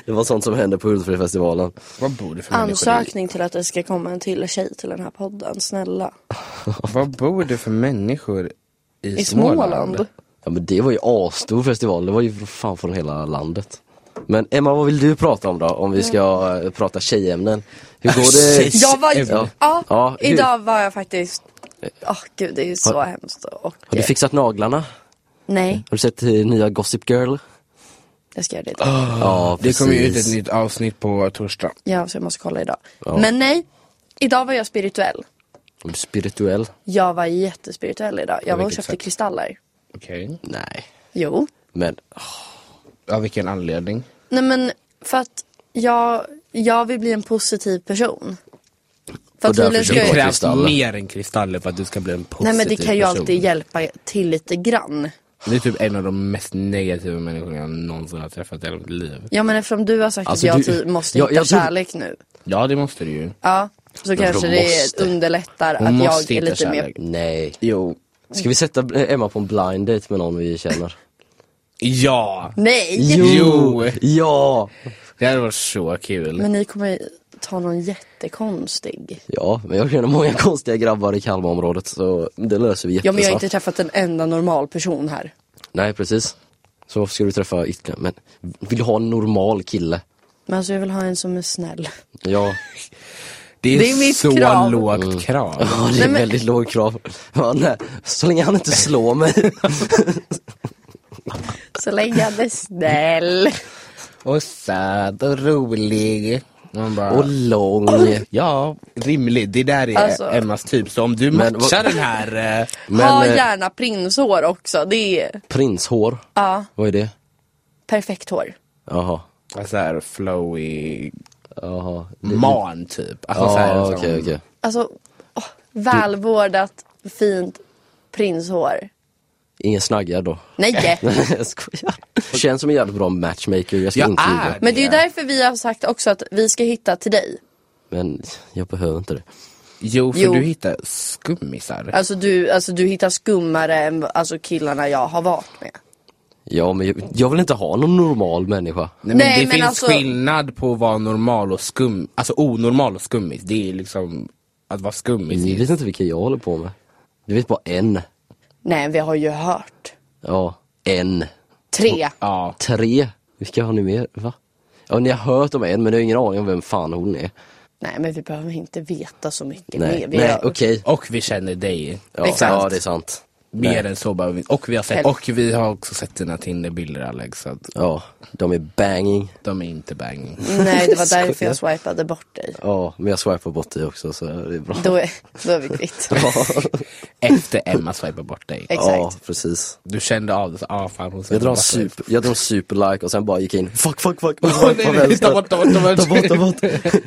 det var sånt som hände på Hultsfredsfestivalen.
Vad bor det för människor?
Ansökning till att det ska komma en till tjej till den här podden, snälla.
I, vad bor det för människor i,
I Småland.
Småland?
Ja men det var ju asstor festival, det var ju för fan från hela landet. Men Emma, vad vill du prata om då? Om vi ska eh, prata tjejämnen. Hur går
[LAUGHS]
det?
Tjej-
Jag var
Ja.
ja.
Ja, hur-
idag var jag faktiskt... Åh gud, det är ju så
Har-
hemskt. Och,
Har du fixat naglarna?
Nej,
Har du sett eh, nya Gossip Girl?
jag ska göra det
Ah.
idag.
Ja,
Ah, Det
precis.
kommer ju ut ett nytt avsnitt på torsdag.
Ja, så jag måste kolla idag. Men nej, idag var jag spirituell.
Om du är Spirituell?
Jag var jättespirituell idag. Jag var och
vilket
köpte
sätt?
kristaller.
Okej.
Nej.
Jo.
Men,
Av vilken anledning?
Nej men, för att jag, jag vill bli en positiv person. För
Och därför
tydligen
köper
Det
du
jag-
krävs
kristaller.
mer än kristaller för att du ska bli en positiv
Nej men det kan ju
person.
alltid hjälpa till lite grann.
Du är typ en av de mest negativa människorna jag någonsin har träffat i hela mitt liv.
Ja men eftersom du har sagt
Alltså,
att jag
du-
ty- måste
Ja,
hitta
jag tror-
kärlek nu.
Ja, det måste du ju.
Ja, så kanske
hon
det
måste.
underlättar
Hon
att jag
måste
är
hitta
lite mer...
kärlek.
nej.
Jo.
Ska vi sätta eh, Emma på en blind date med någon vi känner?
Ja!
Nej!
[LAUGHS] Jo.
Ja!
Det hade varit så kul.
Men ni kommer ta någon jättekonstig.
Ja, men jag känner många [LAUGHS] konstiga grabbar i Kalmarområdet så det löser vi
Ja men
jättesnabbt.
jag har inte träffat en enda normal person här.
Nej, precis. Så varför ska du träffa ytterligare? Men vill du ha en normal kille?
Men alltså jag vill ha en som är snäll.
Ja,
Det är,
Det är mitt
så
krav.
lågt krav.
Mm. ja det är
Nej, men-
väldigt låg krav. Ja, nej. Så länge han inte slår mig.
Så länge han är snäll.
Och söt och rolig. Man bara,
[LAUGHS] Och lång.
ja, rimlig. Det där är
Alltså-
Emmas typ. Så om du
Men-
matchar den här... eh,
ha
Men eh,
gärna prinshår också. Det är
prinshår,
ja,
vad är det?
perfekt hår.
Jaha,
så här flowy
jaha.
man typ. Alltså, så här,
Mm. Ja,
som-
okej, okej.
Alltså åh, välvårdat, fint prinshår.
Ingen snaggar då.
Nej!
[LAUGHS] jag skojar. Känns som en jävligt bra matchmaker, jag ska
Jag
inte
är
ljuga.
det.
Men det är ju därför vi har sagt också att vi ska hitta till dig.
Men jag behöver inte det.
Jo, för
Jo.
du hittar skummisar.
Alltså du, alltså du hittar skummare än vad- alltså killarna jag har varit med.
Ja, men jag, jag vill inte ha någon normal människa.
Nej, men
Nej,
det
men
finns
alltså-
skillnad på att vara normal och skum, alltså onormal och skummis. Det är liksom att vara skummis.
Ni vet inte vilka jag håller på med. Du vet bara en.
Nej, vi har ju hört.
Ja, en.
Tre.
Ja,
Tre. Vilka har ni mer? Va? Ja, ni har hört om en men ni har ingen aning om vem fan hon är.
Nej, men vi behöver inte veta så mycket
Nej,
mer. Vi
nej
har-
okej.
och vi känner dig.
Ja,
Exakt.
ja, det är sant.
Mer än så behöver vi Och vi har sett,
Helst.
och vi har också sett dina Tinderbilder Alex, så att
Ja, de är banging.
de är inte bang.
Nej,
[LAUGHS]
det var därför jag swipade bort dig.
Ja, men jag swipar bort dig också så det
[LAUGHS]
är bra.
Då är, då är
[LAUGHS]
vi kvitt.
[LAUGHS] Efter Emma swipade bort dig.
Exakt.
Ja, precis.
Du kände av det, så, ah fan hon
Jag drar en
swipade bort
super, jag drar en superlike och sen bara gick jag in, fuck, fuck, fuck.
mig. Åh, nej, nej, ta bort, ta bort, ta bort.
[LAUGHS] Ta bort, ta bort.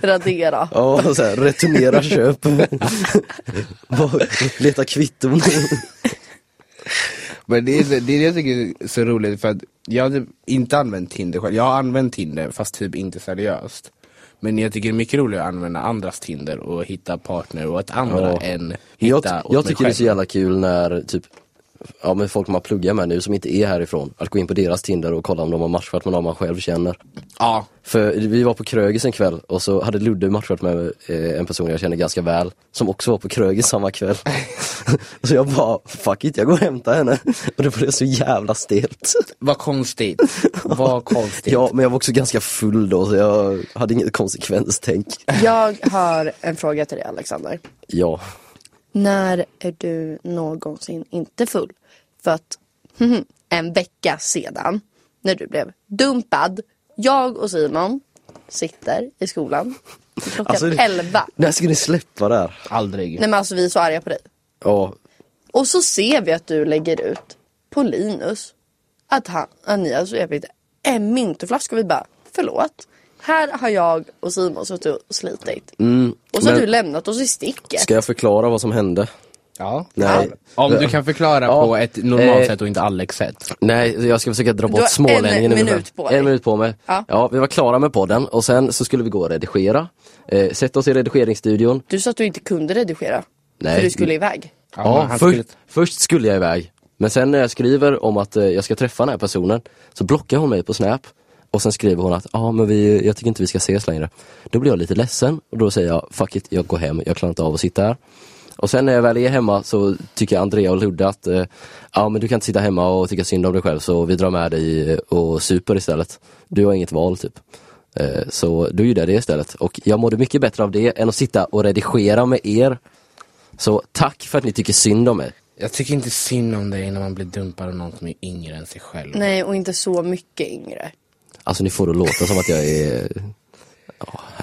Radera.
Ja, och så här,
[LAUGHS]
returnera köp. Bara Leta kvitton.
Men det är det, är det jag tycker är så roligt för att jag hade inte använt Tinder själv. Jag har använt Tinder fast typ inte seriöst. Men jag tycker det är mycket roligare att använda andras Tinder och hitta partner åt andra
Ja.
än hitta
Jag,
åt mig
jag tycker det är så
själv.
jävla kul när typ Ja men folk man pluggar med nu som inte är härifrån, att gå in på deras Tinder och kolla om de har matchat med någon man själv känner.
Ja,
För vi var på Krögis en kväll och så hade Ludde matchat med eh, en person jag känner ganska väl, som också var på Krögis samma kväll. [LAUGHS] så jag bara, fuck it, jag går och hämtar henne. Och det var det så jävla stelt.
vad
[LAUGHS]
konstigt. vad konstigt.
Ja, men jag var också ganska full då så jag hade inget konsekvenstänk.
Jag har en fråga till dig, Alexander.
Ja,
När är du någonsin inte full? För att [LAUGHS] mhm, en vecka sedan, när du blev dumpad, jag och Simon sitter i skolan till klockan
Alltså, det-
11.
när ska ni släppa det här?
Aldrig.
Nej men alltså vi är så arga på dig.
Ja,
Och så ser vi att du lägger ut på Linus att, han, att ni har svepit en mintoflaska och vi bara förlåt. Här har jag och Simon suttit och slitit. och så har
Mm, men-
du lämnat oss i sticket.
ska jag förklara vad som hände?
Ja.
Nej.
Om du kan förklara
Ja.
på ett normalt
Eh.
sätt och inte Alex sätt.
Nej, jag ska försöka dra bort
har
smålänningen.
en
ur mig.
minut på dig.
En minut på mig.
Ja.
Ja. vi var klara med podden och sen så skulle vi gå och redigera. Eh, sätta oss i redigeringsstudion.
Du sa att du inte kunde redigera.
Nej.
För du skulle iväg.
Ja,
Ja,
men han
för,
skulle-
Först skulle jag iväg, men sen när jag skriver om att eh, jag ska träffa den här personen så blockar hon mig på Snap och sen skriver hon att ah, men vi, jag tycker inte vi ska ses längre. Då blir jag lite ledsen och då säger jag fuck it, jag går hem, jag klarar inte av att sitta här. Och sen när jag väl är hemma så tycker Andrea och Ludde att eh, ah, men du kan inte sitta hemma och tycka synd om dig själv så vi drar med dig eh, och super istället. Du har inget val typ. Eh, Så då gjorde jag det istället och jag mådde mycket bättre av det än att sitta och redigera med er. Så tack för att ni tycker synd om mig.
Jag tycker inte synd om dig när man blir dumpad av någon som är yngre än sig själv.
Nej, och inte så mycket yngre.
Alltså ni får det låta som att jag är...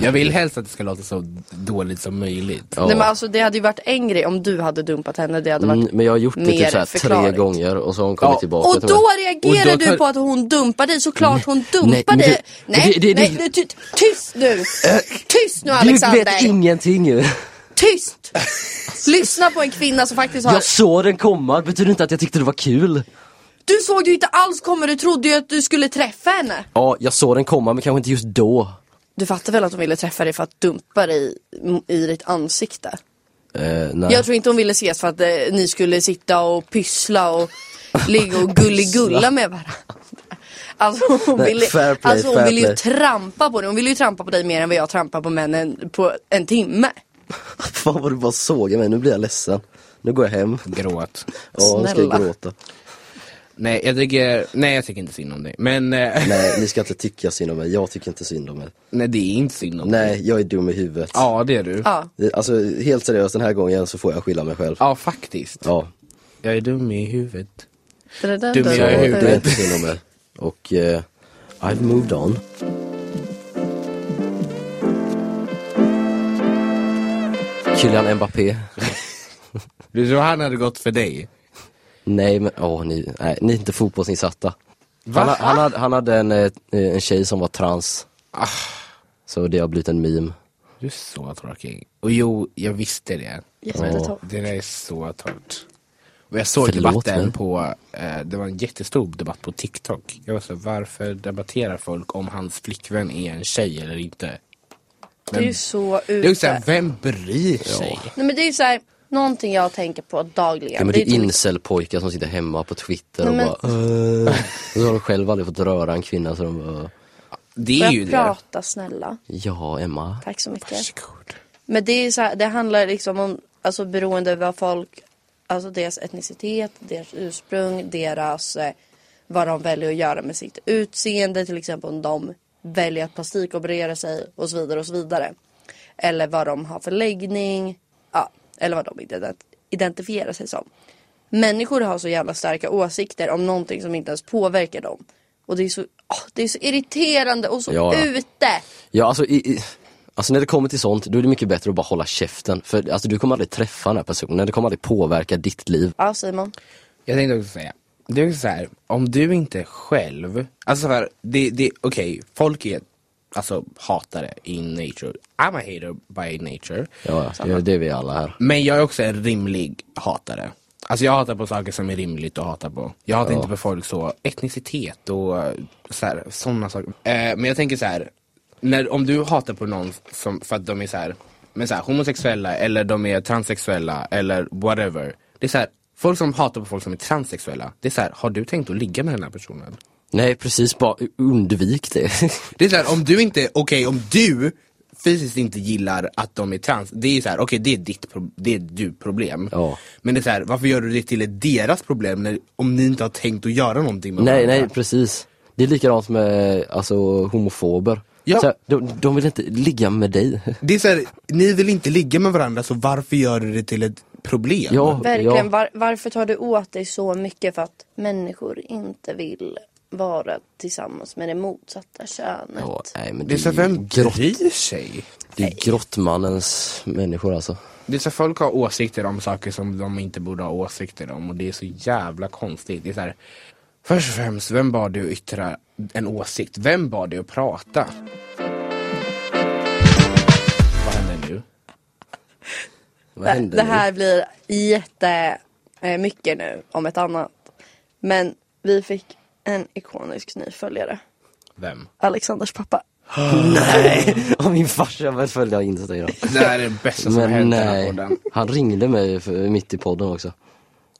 Jag vill helst att det ska låta så dåligt som möjligt.
Ja.
Nej, men alltså, det hade ju varit en grej om du hade dumpat henne. Det hade varit...
Mm, men jag har gjort det
mer
typ så här tre
förklaring.
gånger och så har hon kommit
Ja,
tillbaka
Och
till
då
mig.
reagerar
Och då tar-
du på att hon dumpar dig, såklart hon
nej,
dumpar
men
dig.
du-
Nej,
det- det-
nej,
det-
nej, ty, tyst nu! Tyst nu Alexander!
Du vet ingenting ju.
Tyst! Lyssna på en kvinna som faktiskt har...
Jag såg den komma, det betyder inte att jag tyckte det var kul.
Du såg ju inte alls komma, du trodde ju att du skulle träffa henne.
Ja, jag såg den komma men kanske inte just då.
Du fattar väl att hon ville träffa dig för att dumpa dig i- i ditt ansikte?
Eh, nej.
Jag tror inte hon ville ses för att eh,
[LAUGHS]
ni skulle sitta och pyssla och ligga och gulligulla med varandra. Alltså hon
Nej,
ville,
fair play,
alltså, hon
fair
ville ju
play.
trampa på dig. Hon ville ju trampa på dig mer än vad jag trampar på männen på en timme.
[LAUGHS] Fan vad du bara sågar mig, nu blir jag ledsen. Nu går jag hem.
Gråt.
Ja, nu ska
Snälla.
jag gråta.
Nej, jag tycker, nej, jag tycker inte synd om dig. Men eh, [LAUGHS]
Nej, ni ska inte tycka synd om mig. Jag tycker inte synd om er.
nej, det är inte synd om dig.
Nej, jag är dum i huvudet.
Ja, det är du.
Ja.
Alltså helt seriöst, den här gången så får jag skylla mig själv.
Ja, faktiskt.
Ja,
Jag är dum i huvudet.
Du
Du
så
menar i
det är
huvudet.
inte synd om er. Och eh, I've moved on. Kylian Mbappé.
Du tror han hade gått för dig?
Nej men, åh ni, nej, ni är inte fotbollsinsatta.
Va?
Han, ha- han, hade, han hade en, eh, en tjej som var trans. Så det har blivit en meme.
Ah, Du är så tråkig. Och jo, jag visste det.
Jättetopp.
Det där är så torrt. Och jag såg
Förlåt
debatten
mig.
på, eh, det var en jättestor debatt på TikTok. Jag var så, varför debatterar folk om hans flickvän är en tjej eller inte?
Det är ju så
Det är också såhär,
ute.
vem bryr sig?
Nej men det är ju såhär, någonting jag tänker på dagligen. typ
Ja, men det är
inte mitt-
incel-pojkar som sitter hemma på Twitter
Nej,
och bara "Åh." Och så har de själva aldrig fått röra en kvinna så de bara
Det är ju
Börja
det.
prata snälla.
Ja, Emma.
Tack så mycket.
Varsågod.
Men det är så här, det handlar liksom om, alltså beroende vad folk, alltså deras etnicitet, deras ursprung, deras, eh, vad de väljer att göra med sitt utseende, till exempel om de väljer att plastikoperera sig och så vidare och så vidare. Eller vad de har för läggning, ja, eller vad de ident- identifierar sig som. Människor har så jävla starka åsikter om någonting som inte ens påverkar dem. Och det är så, åh, det är så irriterande och så
Ja, ja.
ute!
Ja, alltså, i, i, alltså när det kommer till sånt, då är det mycket bättre att bara hålla käften. För alltså, du kommer aldrig träffa den här personen, det kommer aldrig påverka ditt liv.
Ja Simon.
Jag tänkte också säga, det är också så här, om du inte själv, alltså för, det, det, okej, folk är alltså hatare in nature. I'm a hater by nature.
Ja, ja, det är vi alla här.
Men jag är också en rimlig hatare. Alltså jag hatar på saker som är rimligt att hata på. Jag hatar inte på folk så, etnicitet och eh, så här, sådana saker. Eh, men jag tänker så här, när, om du hatar på någon som, för att de är så här, men så här, homosexuella eller de är transsexuella eller whatever. Det är så här, folk som hatar på folk som är transsexuella, det är så här, har du tänkt att ligga med den här personen?
Nej, precis, bara undvik det. [LAUGHS]
Det är så här, om du inte, okej om du fysiskt inte gillar att de är trans, det är så här, okej det är ditt pro- det är du problem.
Ja.
Men det är så här, varför gör du det till ett deras problem när, om ni inte har tänkt att göra någonting med
nej,
varandra?
nej, precis. Det är likadant med alltså, homofober.
Ja.
Så här, de, de vill inte ligga med dig. [LAUGHS]
Det är så här, ni vill inte ligga med varandra så varför gör du det till ett problem?
Ja,
Verkligen.
ja.
Var, varför tar du åt dig så mycket för att människor inte vill vara tillsammans med det motsatta könet?
Ja, nej, men
Det är så här, vem
grott,
bryr sig?
det är grottmannens människor
[LAUGHS]
alltså.
Det är så här, folk har åsikter om saker som de inte borde ha åsikter om och det är så jävla konstigt. Det är så här, först och främst, vem bad dig att yttra en åsikt? Vem bad dig att prata? Vad händer nu?
Vad
det,
händer
det
nu?
här blir jätte eh, mycket nu om ett annat. Men vi fick en ikonisk ny följare.
Vem?
Alexanders pappa.
Ja, min farsa började följa Instagram.
Det här är det bästa som har
Men
hänt i den här
nej,
podden.
han ringde mig för, mitt i podden också.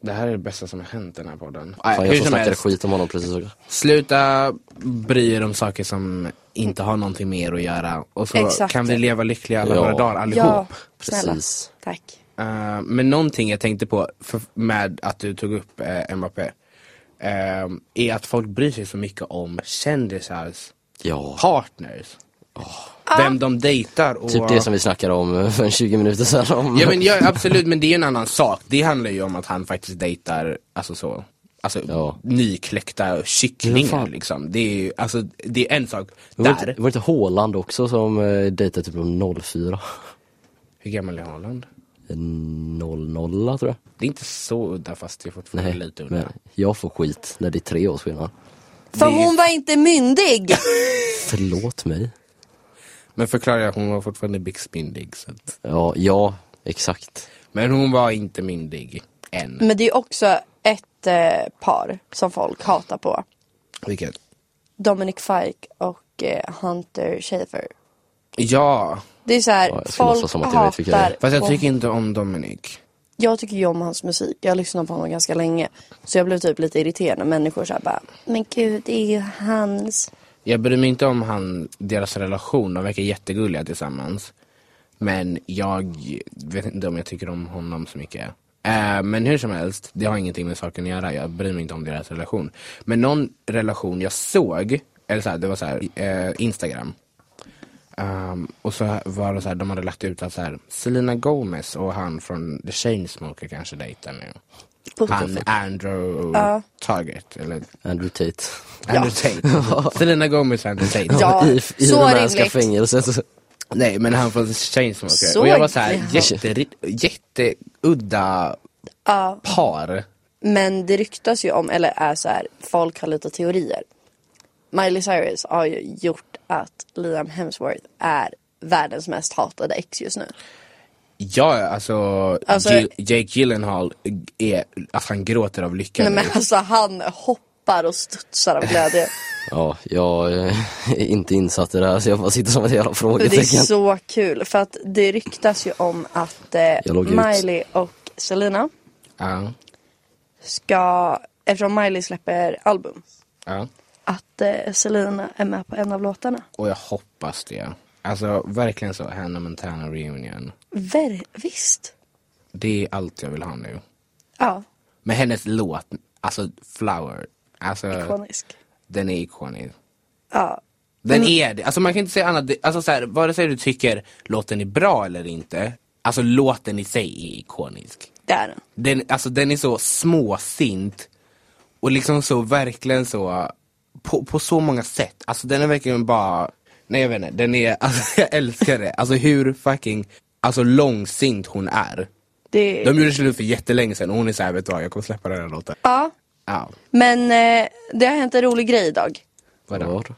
Det här är det bästa som har hänt i den här podden.
Fan,
Nej,
jag
hur
som
som
snackade
helst,
skit om honom precis också.
sluta bry er om saker som inte har någonting med er att göra och så
Exakt.
kan vi leva lyckliga alla
Ja.
våra dagar allihop.
Ja, snälla.
Precis.
Tack.
Eh, men någonting jag tänkte på för, med att du tog upp eh, Mbappé eh, är att folk bryr sig så mycket om kändisars
Ja,
partners. Vem de dejtar och...
typ det som vi snackade om för en 20 minuter sedan. Om.
Ja men ja, absolut, men det är en annan sak. Det handlar ju om att han faktiskt dejtar, alltså så, alltså
Ja.
nykläckta
Men
kycklingar
fan.
liksom. Det är ju, alltså, det är en sak.
[LAUGHS] var, det inte,
Där,
var det inte Haaland också som eh, dejtade typ någon 04?
hur gammal är Haaland?
[LAUGHS] En 00 tror jag.
Det är inte så udda fast det är fortfarande
Nej,
lite udda.
men jag får skit när det är tre års skillnad.
För hon var inte myndig! [LAUGHS]
Förlåt mig.
Men förklara, hon var fortfarande byxmyndig. Så att...
Ja, ja, exakt.
Men hon var inte myndig. Än.
Men det är också ett eh, par som folk hatar på.
Vilket?
Dominic Fike och eh, Hunter Schafer.
Ja,
Det är så här,
Ja, jag ska
folk
låtsas som att jag vet vilka det är.
hatar
fast jag
på-
tycker inte om Dominic.
jag tycker ju om hans musik. Jag har lyssnat på honom ganska länge. Så jag blev typ lite irriterad när människor såhär bara, men gud det är ju hans.
Jag bryr mig inte om han, deras relation, de verkar jättegulliga tillsammans. Men jag vet inte om jag tycker om honom så mycket. Eh, men hur som helst, det har ingenting med saken att göra. Jag bryr mig inte om deras relation. Men någon relation jag såg, eller så här, det var så här, eh, Instagram. Ehm, och så var det så här, de hade lagt ut att så här, Selena Gomez och han från The Chainsmoker kanske dejtar nu.
What the
Han Andrew
Ja.
Target, eller
Andrew Tate.
Andrew
[LAUGHS]
Tate. Selena Gomez och Andrew Tate.
[LAUGHS]
Ja,
I i
så
rumänska
rimligt.
fängelset.
Nej men han från Chainsmoker
Så
och jag var såhär
jävla-
jätte, jätteudda
Ja.
par
Men det ryktas ju om, eller är så här, folk har lite teorier. Miley Cyrus har ju gjort att Liam Hemsworth är världens mest hatade ex just nu.
Ja alltså,
Alltså-
Gil- Jake Gyllenhaal är, alltså han gråter av lycka
Nej
nu.
men alltså han hoppar och studsar av
[LAUGHS]
glädje.
Ja, jag eh, [LAUGHS] är inte insatt i det här så jag bara sitter som ett jävla
det är
frågetecken.
så kul för att det ryktas ju om att eh,
Jag loggar ut.
Miley och Selena
Ja,
ska, eftersom Miley släpper album,
ja.
att eh, Selena är med på en av låtarna.
Och jag hoppas det. Alltså verkligen så, Hannah Montana reunion.
Ver- visst?
Det är allt jag vill ha nu.
Ja,
Men hennes låt, alltså Flower, alltså
Eh. ikonisk.
den är ikonisk.
Ja,
Den är det. Alltså man kan inte säga annat. Det- Alltså så här, vare sig du tycker låten är bra eller inte. Alltså låten i sig är ikonisk.
det är den.
Den, alltså den är så småsint. Och liksom så verkligen så. På, på så många sätt. Alltså den är verkligen bara. Nej jag vet inte. Den är, [LAUGHS] alltså jag älskar det. Alltså hur fucking. Alltså långsint hon är.
Det...
De gjorde slut för jättelänge sedan och hon är såhär, vet du vad jag kommer släppa den här låten.
Ja,
Ja,
men eh, det har hänt en rolig grej idag.
vadå?
Ja,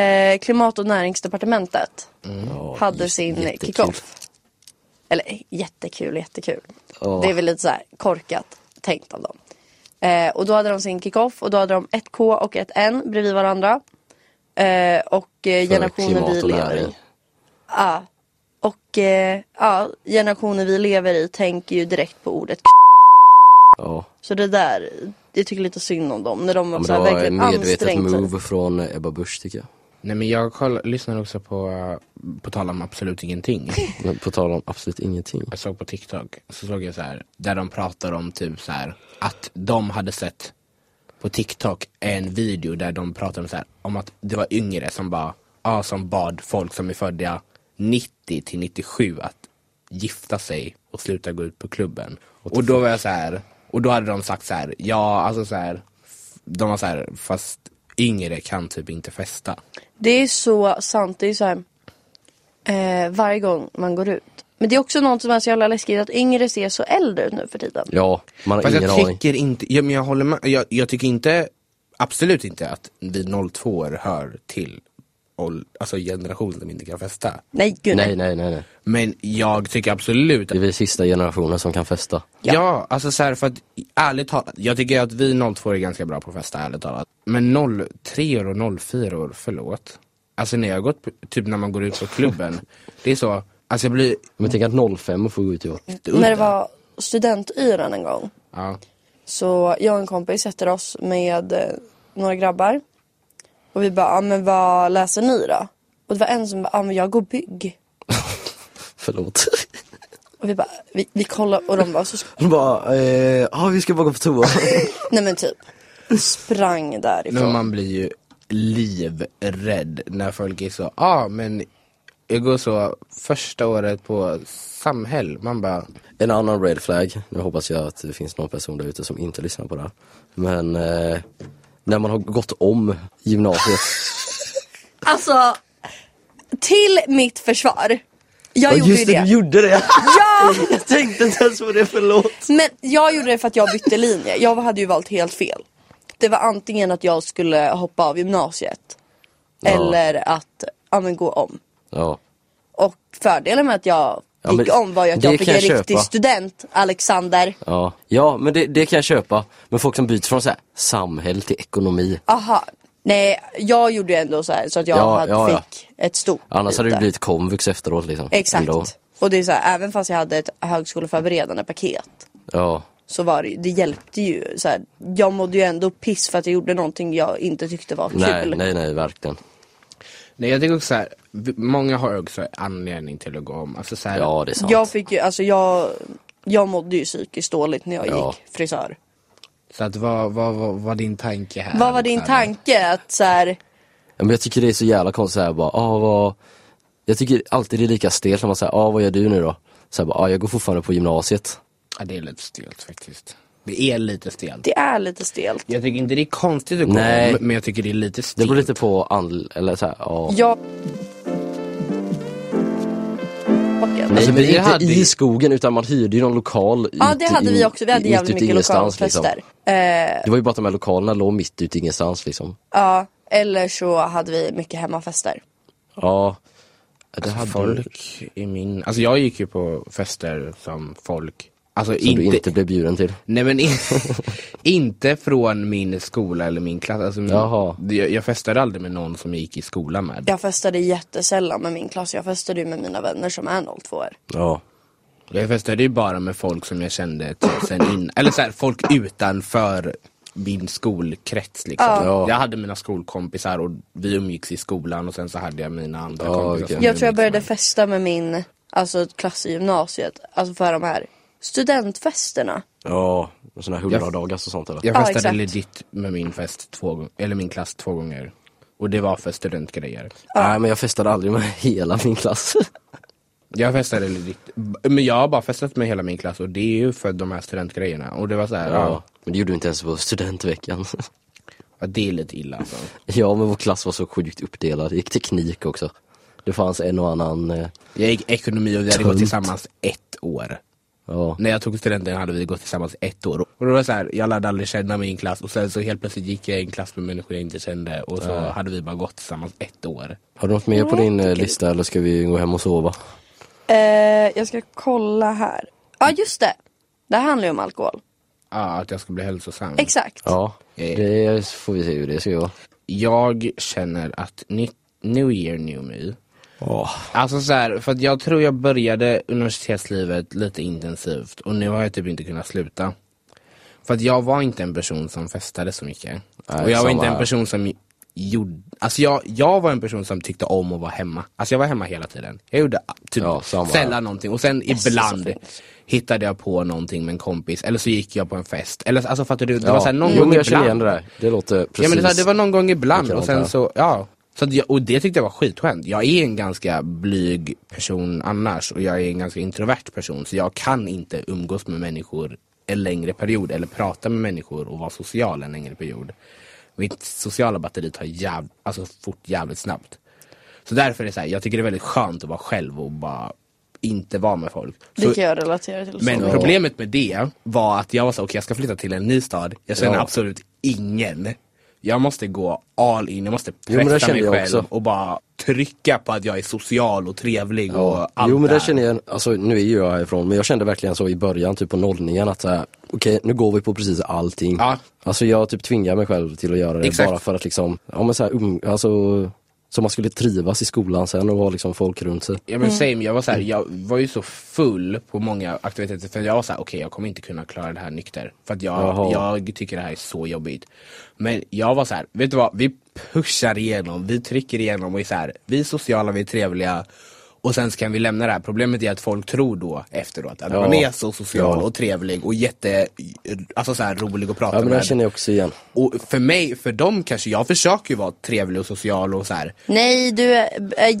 Eh, Klimat och näringsdepartementet
ja,
hade
jätte-
sin
jättekul.
kick-off. Eller jättekul, jättekul.
Ja.
Det är väl lite så här korkat tänkt av dem. Eh, och då hade de sin kick-off och då hade de ett K och ett N bredvid varandra. Eh, och
För
eh, generationen vi
klimat och
lever i.
näring.
Och eh, ja, generationen vi lever i tänker ju direkt på ordet k-
Ja,
Så det där, jag tycker lite synd om dem. När de
men
också
det
har
var en
verkligen
medvetet
ansträngt sig.
move från eh, Ebba Busch tycker jag.
Nej men jag koll, lyssnar också på, eh, på tal om absolut ingenting.
Men på tal om absolut ingenting.
jag såg på TikTok, så såg jag så här, där de pratar om typ så här, att de hade sett på TikTok en video där de pratade om, så här, om att det var yngre som, bara, ja, som bad folk som är födda 90 till 97 att gifta sig och sluta gå ut på klubben. Och då var jag så här, och då hade de sagt så här, ja alltså så här, f- de var så här, fast yngre kan typ inte festa.
Det är så sant. Det är så här, eh, varje gång man går ut. Men det är också något som är så jävla läskigt att yngre ser så äldre ut nu för tiden.
Ja, man har
Fast
ingen
jag
aning.
tycker inte, ja, men jag håller med, jag, jag tycker inte, absolut inte att vi 02 år hör till ål- alltså generationen som inte kan festa.
Nej gud
Nej,
nej.
nej, nej, nej.
Men jag tycker absolut
Det
att,
är vi sista generationen som kan festa.
ja. alltså så här, för att ärligt talat, jag tycker att vi 02 är ganska bra på att festa ärligt talat. Men 03 och 04 år, förlåt. Alltså när jag har gått, på- typ när man går ut på
[LAUGHS]
klubben, det är så, alltså jag blir
Men tänk att 05 får gå ut i år.
När det var studentyran en gång.
ja.
Så jag och en kompis sätter oss med eh, några grabbar. Och vi bara, ah, men vad läser ni då? Och det var en som bara, ah, men jag går bygg.
Förlåt.
Och vi bara, vi, vi kollar och de bara, så,
De bara, eh, ah, vi ska bara gå på toa.
nej men typ. Sprang
Nej, men
därifrån.
man blir ju livrädd när folk är så, ja ah, men jag går så första året på samhäll, man bara,
[LAUGHS] en annan red flag, nu hoppas jag att det finns någon person där ute som inte lyssnar på det här. Men eh, när man har gått om gymnasiet.
Alltså, till mitt försvar.
Ja,
Jag gjorde ju
just
det.
du gjorde det! [LAUGHS]
Ja!
jag tänkte inte ens på det, förlåt.
Men jag gjorde det för att jag bytte linje. Jag hade ju valt helt fel. Det var antingen att jag skulle hoppa av gymnasiet.
Ja.
Eller att ja, men gå om.
Ja,
Och fördelen med att jag
Ja,
gick
men
om var ju att
det
jag fick
kan
en
jag
riktig
köpa.
student, Alexander.
ja. ja men det, det kan jag köpa. Men folk som byter från så här, samhälle till ekonomi.
Aha. Nej, jag gjorde ju ändå så här så att jag
Ja,
hade,
ja, ja.
fick ett stort
Annars hade det
byte.
blivit komvux efteråt liksom.
Exakt.
Ändå.
Och det är så här, även fast jag hade ett högskoleförberedande paket
Ja.
så var det, ju- det hjälpte ju. Så här, jag mådde ju ändå piss för att jag gjorde någonting jag inte tyckte var
Nej,
kul.
nej, nej, verkligen.
Nej jag tycker också såhär, många har också anledning till att gå om. Alltså såhär,
Ja, det är sant.
Jag fick ju, alltså jag, jag mådde ju psykiskt dåligt när jag
Ja.
gick frisör.
Så att vad, vad, vad var din tanke här? liksom,
Vad var din
Så här,
tanke? Att så här,
Ja, Men jag tycker det är så jävla konstigt såhär bara, ah, vad... Jag tycker alltid det är lika stelt när man säger, ah, vad gör du nu då? Såhär bara, ah, jag går fortfarande på gymnasiet.
Ja, det är lite stelt faktiskt. Det är lite stelt.
det är lite stelt.
Jag tycker inte det är konstigt att gå
Nej.
om, men jag tycker det är lite
Det
stelt.
beror lite på an... eller såhär, ja.
Jag...
Alltså,
men
men
vi
inte
hade
i
ju-
skogen utan man hyrde ju någon lokal
Ja
ute
det hade
i-
vi också, vi hade
mitt
jävligt
ute i
mycket
ingenstans,
lokalfester.
Liksom.
Eh,
Det var ju bara att de här lokalerna låg mitt ute i ingenstans liksom.
ja, eller så hade vi mycket hemmafester.
Ja.
Alltså,
Det hade folk
Folk i min... Alltså jag gick ju på fester som folk... Alltså
som
inte...
du inte blev bjuden till.
Nej men
[LAUGHS]
in... inte från min skola eller min klass. Alltså min...
Jaha.
Jag, jag festade aldrig med någon som jag gick i skolan med.
Jag festade jättesällan med min klass, jag festade ju med mina vänner som är 02
Ja.
Jag festade ju bara med folk som jag kände typ sen innan. Eller så här, folk utanför min skolkrets liksom.
Ja.
Jag hade mina skolkompisar och vi umgicks i skolan och sen så hade jag mina andra
Ja,
kompisar.
okej.
som
Jag tror jag
umgicks
började
med.
liksom.
festa med min alltså, klass i gymnasiet, alltså för de här studentfesterna.
Ja. Sådana här
Jag-
hundradagars och sånt eller?
Jag
Ja,
festade
exakt.
legit med min fest två gång- eller min klass två gånger. Och det var för studentgrejer.
Nej men jag festade aldrig med [LAUGHS] hela min klass.
Jag festade legit, men jag har bara festat med hela min klass och det är ju för de här studentgrejerna. Och det var så här, ja.
Ja. Men det gjorde vi inte ens på studentveckan. [LAUGHS]
ja, det är lite illa alltså.
Ja men vår klass var så sjukt uppdelad, det gick teknik också. Det fanns en och annan, eh,
Jag gick ekonomi och vi hade gått
Tunt.
tillsammans ett år.
ja.
När jag tog studenten hade vi gått tillsammans ett år. Och det var så här, jag lärde aldrig känna min klass och sen så helt plötsligt gick jag i en klass med människor jag inte kände och så hade vi bara gått tillsammans ett år.
Har du något mer på din eh, lista eller ska vi gå hem och sova?
Eh, jag ska kolla här. Ja just det! Det här handlar ju om alkohol.
Ja, att jag ska bli hälsosam.
Exakt.
Mm. Ja.
Eh.
Det får vi se hur det ser ut.
jag känner att nytt, new year, new me.
Ja.
Alltså så här, för att jag tror jag började universitetslivet lite intensivt och nu har jag typ inte kunnat sluta. För att jag var inte en person som festade så mycket.
Nej,
och jag var
samma
inte en
här.
person som gjorde, alltså jag, jag var en person som tyckte om att vara hemma. Alltså jag var hemma hela tiden. Jag gjorde typ
Ja, samma här.
sällan någonting och sen
så
ibland
fint.
hittade jag på någonting med en kompis eller så gick jag på en fest. Eller alltså fattar du, det var så här, någon
jo,
gång
men jag känner
ibland.
igen det där. Det låter precis.
Ja men det, så här, det var någon gång ibland och
Likadant
sen
här.
så, ja. Så att jag, och det tyckte jag var skitskönt. Jag är en ganska blyg person annars och jag är en ganska introvert person så jag kan inte umgås med människor en längre period eller prata med människor och vara social en längre period. Mitt sociala batteri tar jäv, alltså fort jävligt snabbt. Så därför är det så här, jag tycker det är väldigt skönt att vara själv och bara inte vara med folk. Så-
Det kan jag relatera till.
men
så.
problemet med det var att jag var så, okej jag ska flytta till en ny stad, jag känner
Ja.
absolut ingen. Jag måste gå all in, jag måste
men det
pressa
kände
mig
jag
själv
också.
och bara trycka på att jag är social och trevlig och allt
Jo men det
där.
känner jag, igen. alltså nu är ju jag härifrån, men jag kände verkligen så i början, typ på nollningen att så här, okej nu går vi på precis allting.
Ja.
Alltså jag typ tvingar mig själv till att göra det
Exakt.
bara för att liksom, ja men så här, um, alltså, så man skulle trivas i skolan sen och ha liksom folk runt sig.
Ja men same, jag var, så här, jag var ju så full på många aktiviteter för jag var så här, okej jag kommer inte kunna klara det här nykter. För att jag,
Jaha.
jag tycker det här är så jobbigt. Men jag var så här, vet du vad, vi pushar igenom, vi trycker igenom och är så här, vi är sociala, vi är trevliga. Och sen så kan vi lämna det här. Problemet är att folk tror då efteråt att
Ja.
man är så social
Ja.
och trevlig och jätte, alltså så här, rolig att prata
Ja men det
med.
här känner jag också igen.
Och för mig, för dem kanske, jag försöker ju vara trevlig och social och så här.
Nej du är, är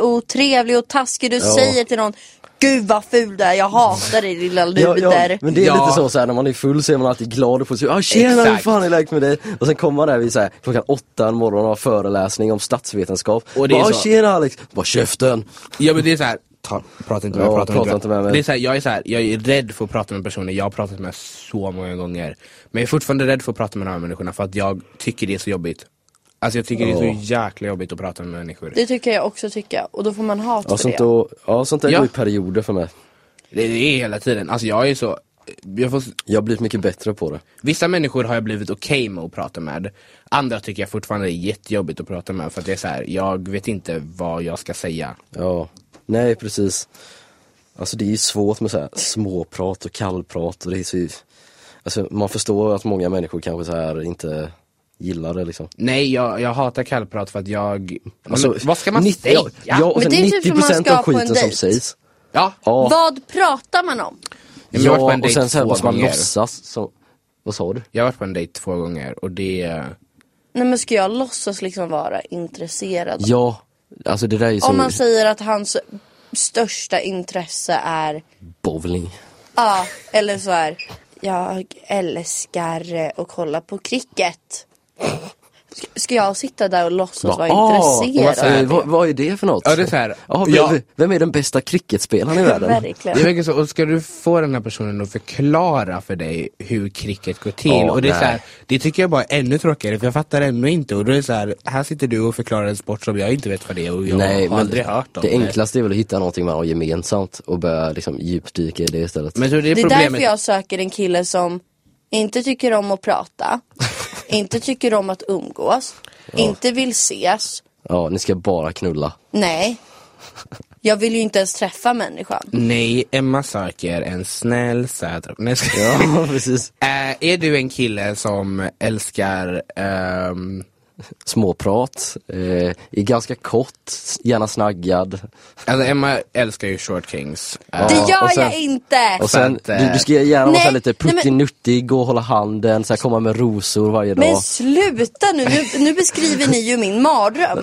jätteotrevlig och taskig. Du säger till någon Gud vad ful du är, jag hatar dig lilla
Ja,
luder.
ja, men det är
Ja.
lite så, så här, när man är full så är man alltid glad och positiv. Ah, tjena, hur
Exakt.
fan är läget med dig? Och sen kommer man där vid så här, klockan åtta en morgon och har föreläsning om statsvetenskap.
Och det är
Bara, ah,
så-
tjena Alex! Bara käften!
Ja men det är såhär, ta- prata inte med mig,
Ja,
prata,
prata
inte
inte
med
med
mig.
mig.
Det är så här, jag, är så här, jag är rädd för att prata med personer jag har pratat med så många gånger. Men jag är fortfarande rädd för att prata med de här människorna för att jag tycker det är så jobbigt. Alltså jag tycker det är
Ja.
så jäkla jobbigt att prata med människor.
Det tycker jag också tycka och då får man hat
Ja
för
sånt,
det.
då, ja, sånt där
Ja.
går i perioder för mig.
Det, det är hela tiden, alltså jag är så, jag får,
Jag har blivit mycket bättre på det.
vissa människor har jag blivit okej med att prata med. Andra tycker jag fortfarande är jättejobbigt att prata med för att det är så här, jag vet inte vad jag ska säga.
Ja, nej precis. Alltså det är ju svårt med så här småprat och kallprat och det är så Alltså man förstår att många människor kanske så här inte gillar det liksom.
Nej, jag, jag hatar kallprat för att jag...
Alltså,
men, vad ska man
90
säga?
Ja, ja, och sen
Men det är typ som
90%
man ska
av
på en
skiten som
dejt.
sägs.
Ja.
Ja,
Vad pratar man om?
men jag har varit på en
ja och
dejt
sen så här
två
måste man
gånger.
låtsas som, vad sa du?
Jag har varit på en dejt två gånger och det...
Nej men ska jag låtsas liksom vara intresserad?
Ja, alltså det där är ju
Om
som
man säger att hans största intresse är
bowling.
Ja, eller så här. Jag älskar eh, att kolla på cricket. Ska- Ska jag sitta där och låtsas vara
"Ah, vad,
intresserad?
eh, vad, vad är det för något?
Ja, det är så här,
Ja,
ja.
vem, vem är den bästa cricketspelaren i världen?
Det är
[LAUGHS] Verkligen.
verkligen så, och ska du få den här personen att förklara för dig hur cricket går till?
Ja,
och det, är så här,
nej.
det tycker jag bara är ännu tråkigare, för jag fattar ännu inte. Och då är det så här, här sitter du och förklarar en sport som jag inte vet vad det är och jag
Nej,
har
men
aldrig hört om
det
det.
enklaste är väl att hitta någonting man har gemensamt och börja liksom djupdyka i det istället.
Men jag tror det är,
Det är
problemet.
därför jag söker en kille som inte tycker om
[LAUGHS]
att prata, inte tycker om att umgås, inte vill ses.
Ja, ni ska
[LAUGHS]
bara knulla.
Nej. Jag vill ju inte ens träffa människan.
Nej, Emma söker en snäll, söt... Nej, jag skojar.
Ja, precis.
[LAUGHS] Eh, är du en kille som älskar ehm,
Småprat, eh, är ganska kort, gärna snaggad.
Alltså Emma älskar ju Short Kings. Eh,
Det
Ja,
gör
och sen-
jag inte!
Och
Så
sen,
att, eh,
du, du ska gärna vara
Nej,
så här lite
nej, men-
puttinuttig och hålla handen, så här komma med rosor varje dag.
Men sluta nu, nu, nu beskriver ni ju
[LAUGHS]
min mardröm.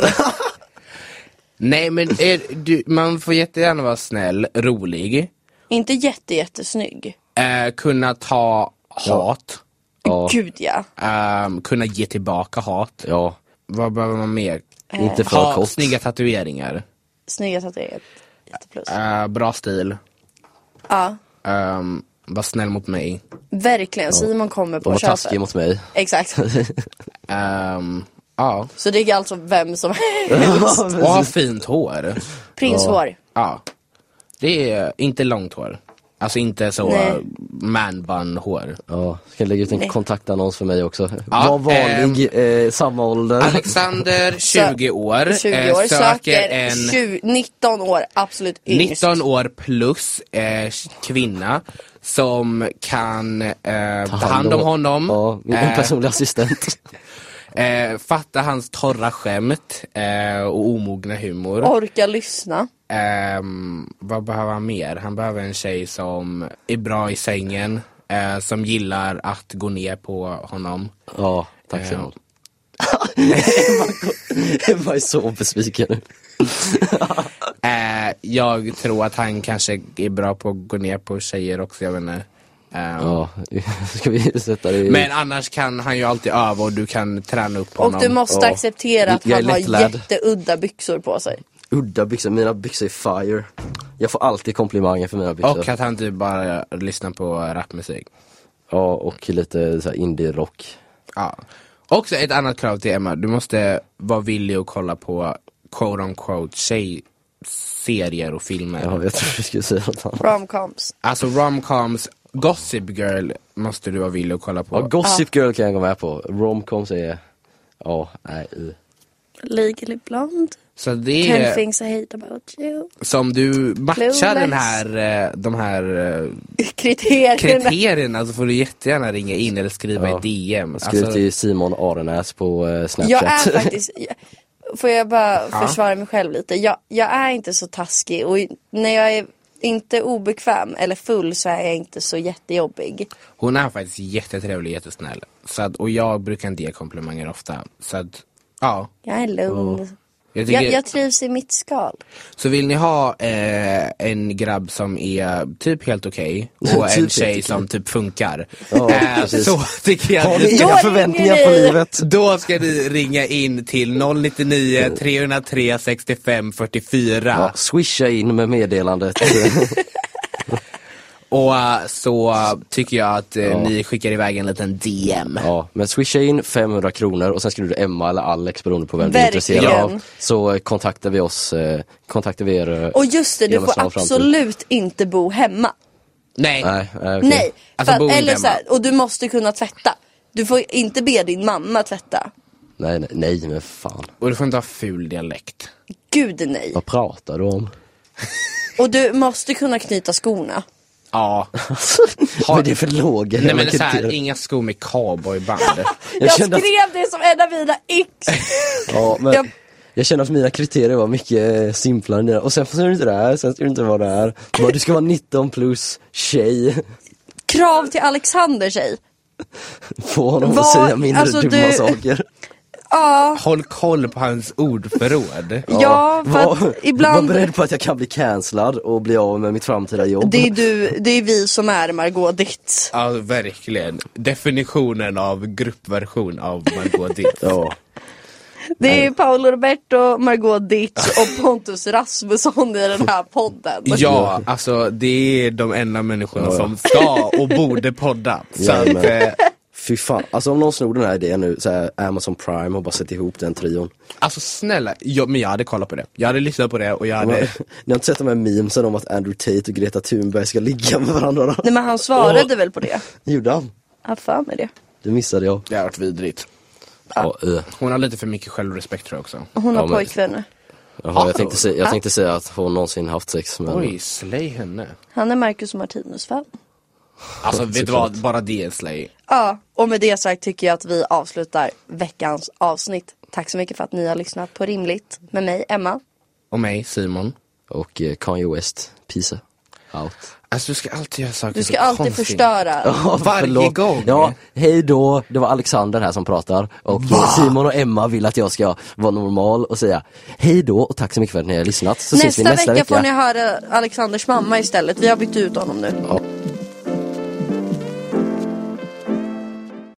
Nej men är, du, man får jättegärna vara snäll, rolig,
Inte jätte, jättesnygg.
eh, kunna ta hat,
Ja.
Gud ja.
ehm, kunna ge tillbaka hat.
Ja,
Vad behöver man mer?
inte för
Ha
kort.
snygga tatueringar,
Snygga tatueringar.
Äh.
Jätteplus.
eh, bra stil,
Ja,
ehm, var snäll mot mig.
verkligen. Simon kommer
De
på
var taskiga
köpet.
mot mig.
Exakt.
Ehm, Ja,
Så det är alltså vem som [LAUGHS]
[LAUGHS]
och ha fint hår.
Prinshår.
Ja. Det är inte långt hår. Alltså inte så
Nej.
eh, man bun hår.
Ja, ska jag lägga ut en
Nej.
kontaktannons för mig också.
Ja, ehm,
Var vanlig, eh, samma ålder.
Alexander, 20 år,
20
eh,
år,
söker
söker
en
20, 19 år, absolut yngst.
19 år plus eh, kvinna som kan eh, ta hand om honom,
Ja, min
eh,
personliga assistent.
eh, fatta hans torra skämt eh, och omogna humor.
Orka lyssna.
Ehm, vad behöver han mer? Han behöver en tjej som är bra i sängen, eh, som gillar att gå ner på honom.
Ja, tack
Eh.
så mycket. [LAUGHS] Emma är så besviken nu.
Eh, jag tror att han kanske är bra på att gå ner på tjejer också, jag vet inte. Ehm,
Ja, ska vi sätta det i...
Men annars kan han ju alltid öva och du kan träna upp honom.
Och du måste
Ja.
acceptera att
Jag är
han har
lättlärd.
jätteudda byxor på sig.
Udda byxor, mina byxor är fire. Jag får alltid komplimanger för mina byxor.
Och att han typ bara lyssnar på rapmusik.
Ja, och lite så här indie-rock.
Ja. Också ett annat krav till Emma, du måste vara villig att kolla på quote on quote tjejserier och filmer.
Ja, jag tror du skulle säga något annat.
Romcoms.
Alltså romcoms, Gossip Girl måste du vara villig att kolla på.
Ja, Gossip Girl kan jag gå med på. Romcoms är... Ja, nej. i.
Legally blonde.
Så det är
things I hate about [LAUGHS] you.
som du
Clueless.
matchar den här, eh, de här eh,
Kriterierna.
kriterierna så får du jättegärna ringa in eller skriva
Ja.
i DM.
Skriv
Alltså,
till Simon Arenäs på eh, Snapchat.
Jag är
[LAUGHS]
faktiskt, får jag bara
Ja.
försvara mig själv lite. Jag, jag är inte så taskig och när jag är inte obekväm eller full så är jag inte så jättejobbig.
Hon är faktiskt jättetrevlig och jättesnäll. Så att, och jag brukar inte ge komplimanger ofta. Så att, ja.
Jag är lugn.
Jag tycker,
Jag, jag trivs i mitt skal.
Så vill ni ha eh, en grabb som är typ helt okej
[LAUGHS]
och
Typ
en
helt
tjej
okej.
som typ funkar.
Ja,
eh,
precis.
så tycker jag
[LAUGHS] Har
att
ni
ni
Då
inga
ringer
förväntningar
ni.
på livet?
då ska ni ringa in till 099 303 65 44
Ja, swisha in med meddelandet.
[LAUGHS] och eh, så tycker jag att eh,
Ja.
ni skickar iväg en liten DM.
ja, men swisha in 500 kronor och sen skriver du Emma eller Alex beroende på vem du är
Verkligen.
intresserad av. Så eh, kontaktar vi oss, eh, kontaktar vi er. eh,
Och just det, du
inom en
får
snar framtid.
absolut inte bo hemma.
Nej.
Nej, nej, okej.
Nej.
Alltså, bo
för,
inte
eller
hemma.
så här, och du måste kunna tvätta. Du får inte be din mamma tvätta.
nej, nej, nej, men fan.
Och du får inte ha ful dialekt.
Gud nej.
Vad pratar du om?
Och du måste kunna knyta skorna.
[LAUGHS]
Ja.
Alltså, [LAUGHS]
Vad är det för låga?
Nej men så
Jag
här,
kan inte-
inga skor med cowboyband.
Jag,
kände att-
skrev det som en av mina x.
Ja, men
Jag-
jag... känner att mina kriterier var mycket eh, simplare än dina. Och sen får du inte det här, sen får du inte vara det här. Bara, Du ska vara 19 plus, tjej.
Krav till Alexander tjej.
Få honom
Vad-
att säga mindre
alltså,
dumma
du-
saker.
Ja,
Håll koll på hans ordförråd.
ja för
var,
att ibland...
var beredd på att jag kan bli cancellad och bli av med mitt framtida jobb.
Det är du, det är vi som är Margot Ditt.
Ja verkligen. Definitionen av gruppversion av Margot
[LAUGHS]
Ditt.
Ja.
Det är Paolo Roberto, Margot Ditt och Pontus Rasmusson i den här podden.
Ja, alltså det är de enda människorna
Ja, ja.
som ska och borde podda. Så att,
Jajamän.
eh,
Fy fan, alltså om någon snor den här idén nu, så här Amazon Prime och bara sätter ihop den trion.
alltså snälla, jag, men jag hade kollat på det. Jag hade lyssnat på det och jag
Ni
hade...
har inte sett de här memesen om att Andrew Tate och Greta Thunberg ska ligga med varandra? då?
Nej men han svarade väl på det?
Gjorde han?
Jag har för mig det.
Det missade jag.
Det har varit vidrigt.
Ja, eh.
Hon har lite för mycket självrespekt tror jag också.
Hon har
Ja, men-
pojkvänner.
Jaha, jag, tänkte säga, jag tänkte säga att hon någonsin haft sex men
Oj, slay henne.
Han är Marcus Martinus fan.
Alltså vet du
Såklart.
vad, bara det är slay.
Ja, och med det sagt tycker jag att vi avslutar veckans avsnitt. Tack så mycket för att ni har lyssnat på Rimligt med mig, Emma.
Och mig, Simon.
Och eh, Kanye West, peace out.
Alltså du ska alltid göra saker
Du ska
så
alltid
konstigt.
förstöra.
Varje gång.
Ja, hej då. Det var Alexander här som pratar och Simon och Emma vill att jag ska vara normal och säga hej då och tack så mycket för att ni har lyssnat. Så ses vi
nästa
nästa
vecka,
vecka.
får ni höra Alexanders mamma istället. Vi har bytt ut honom nu.
Ja,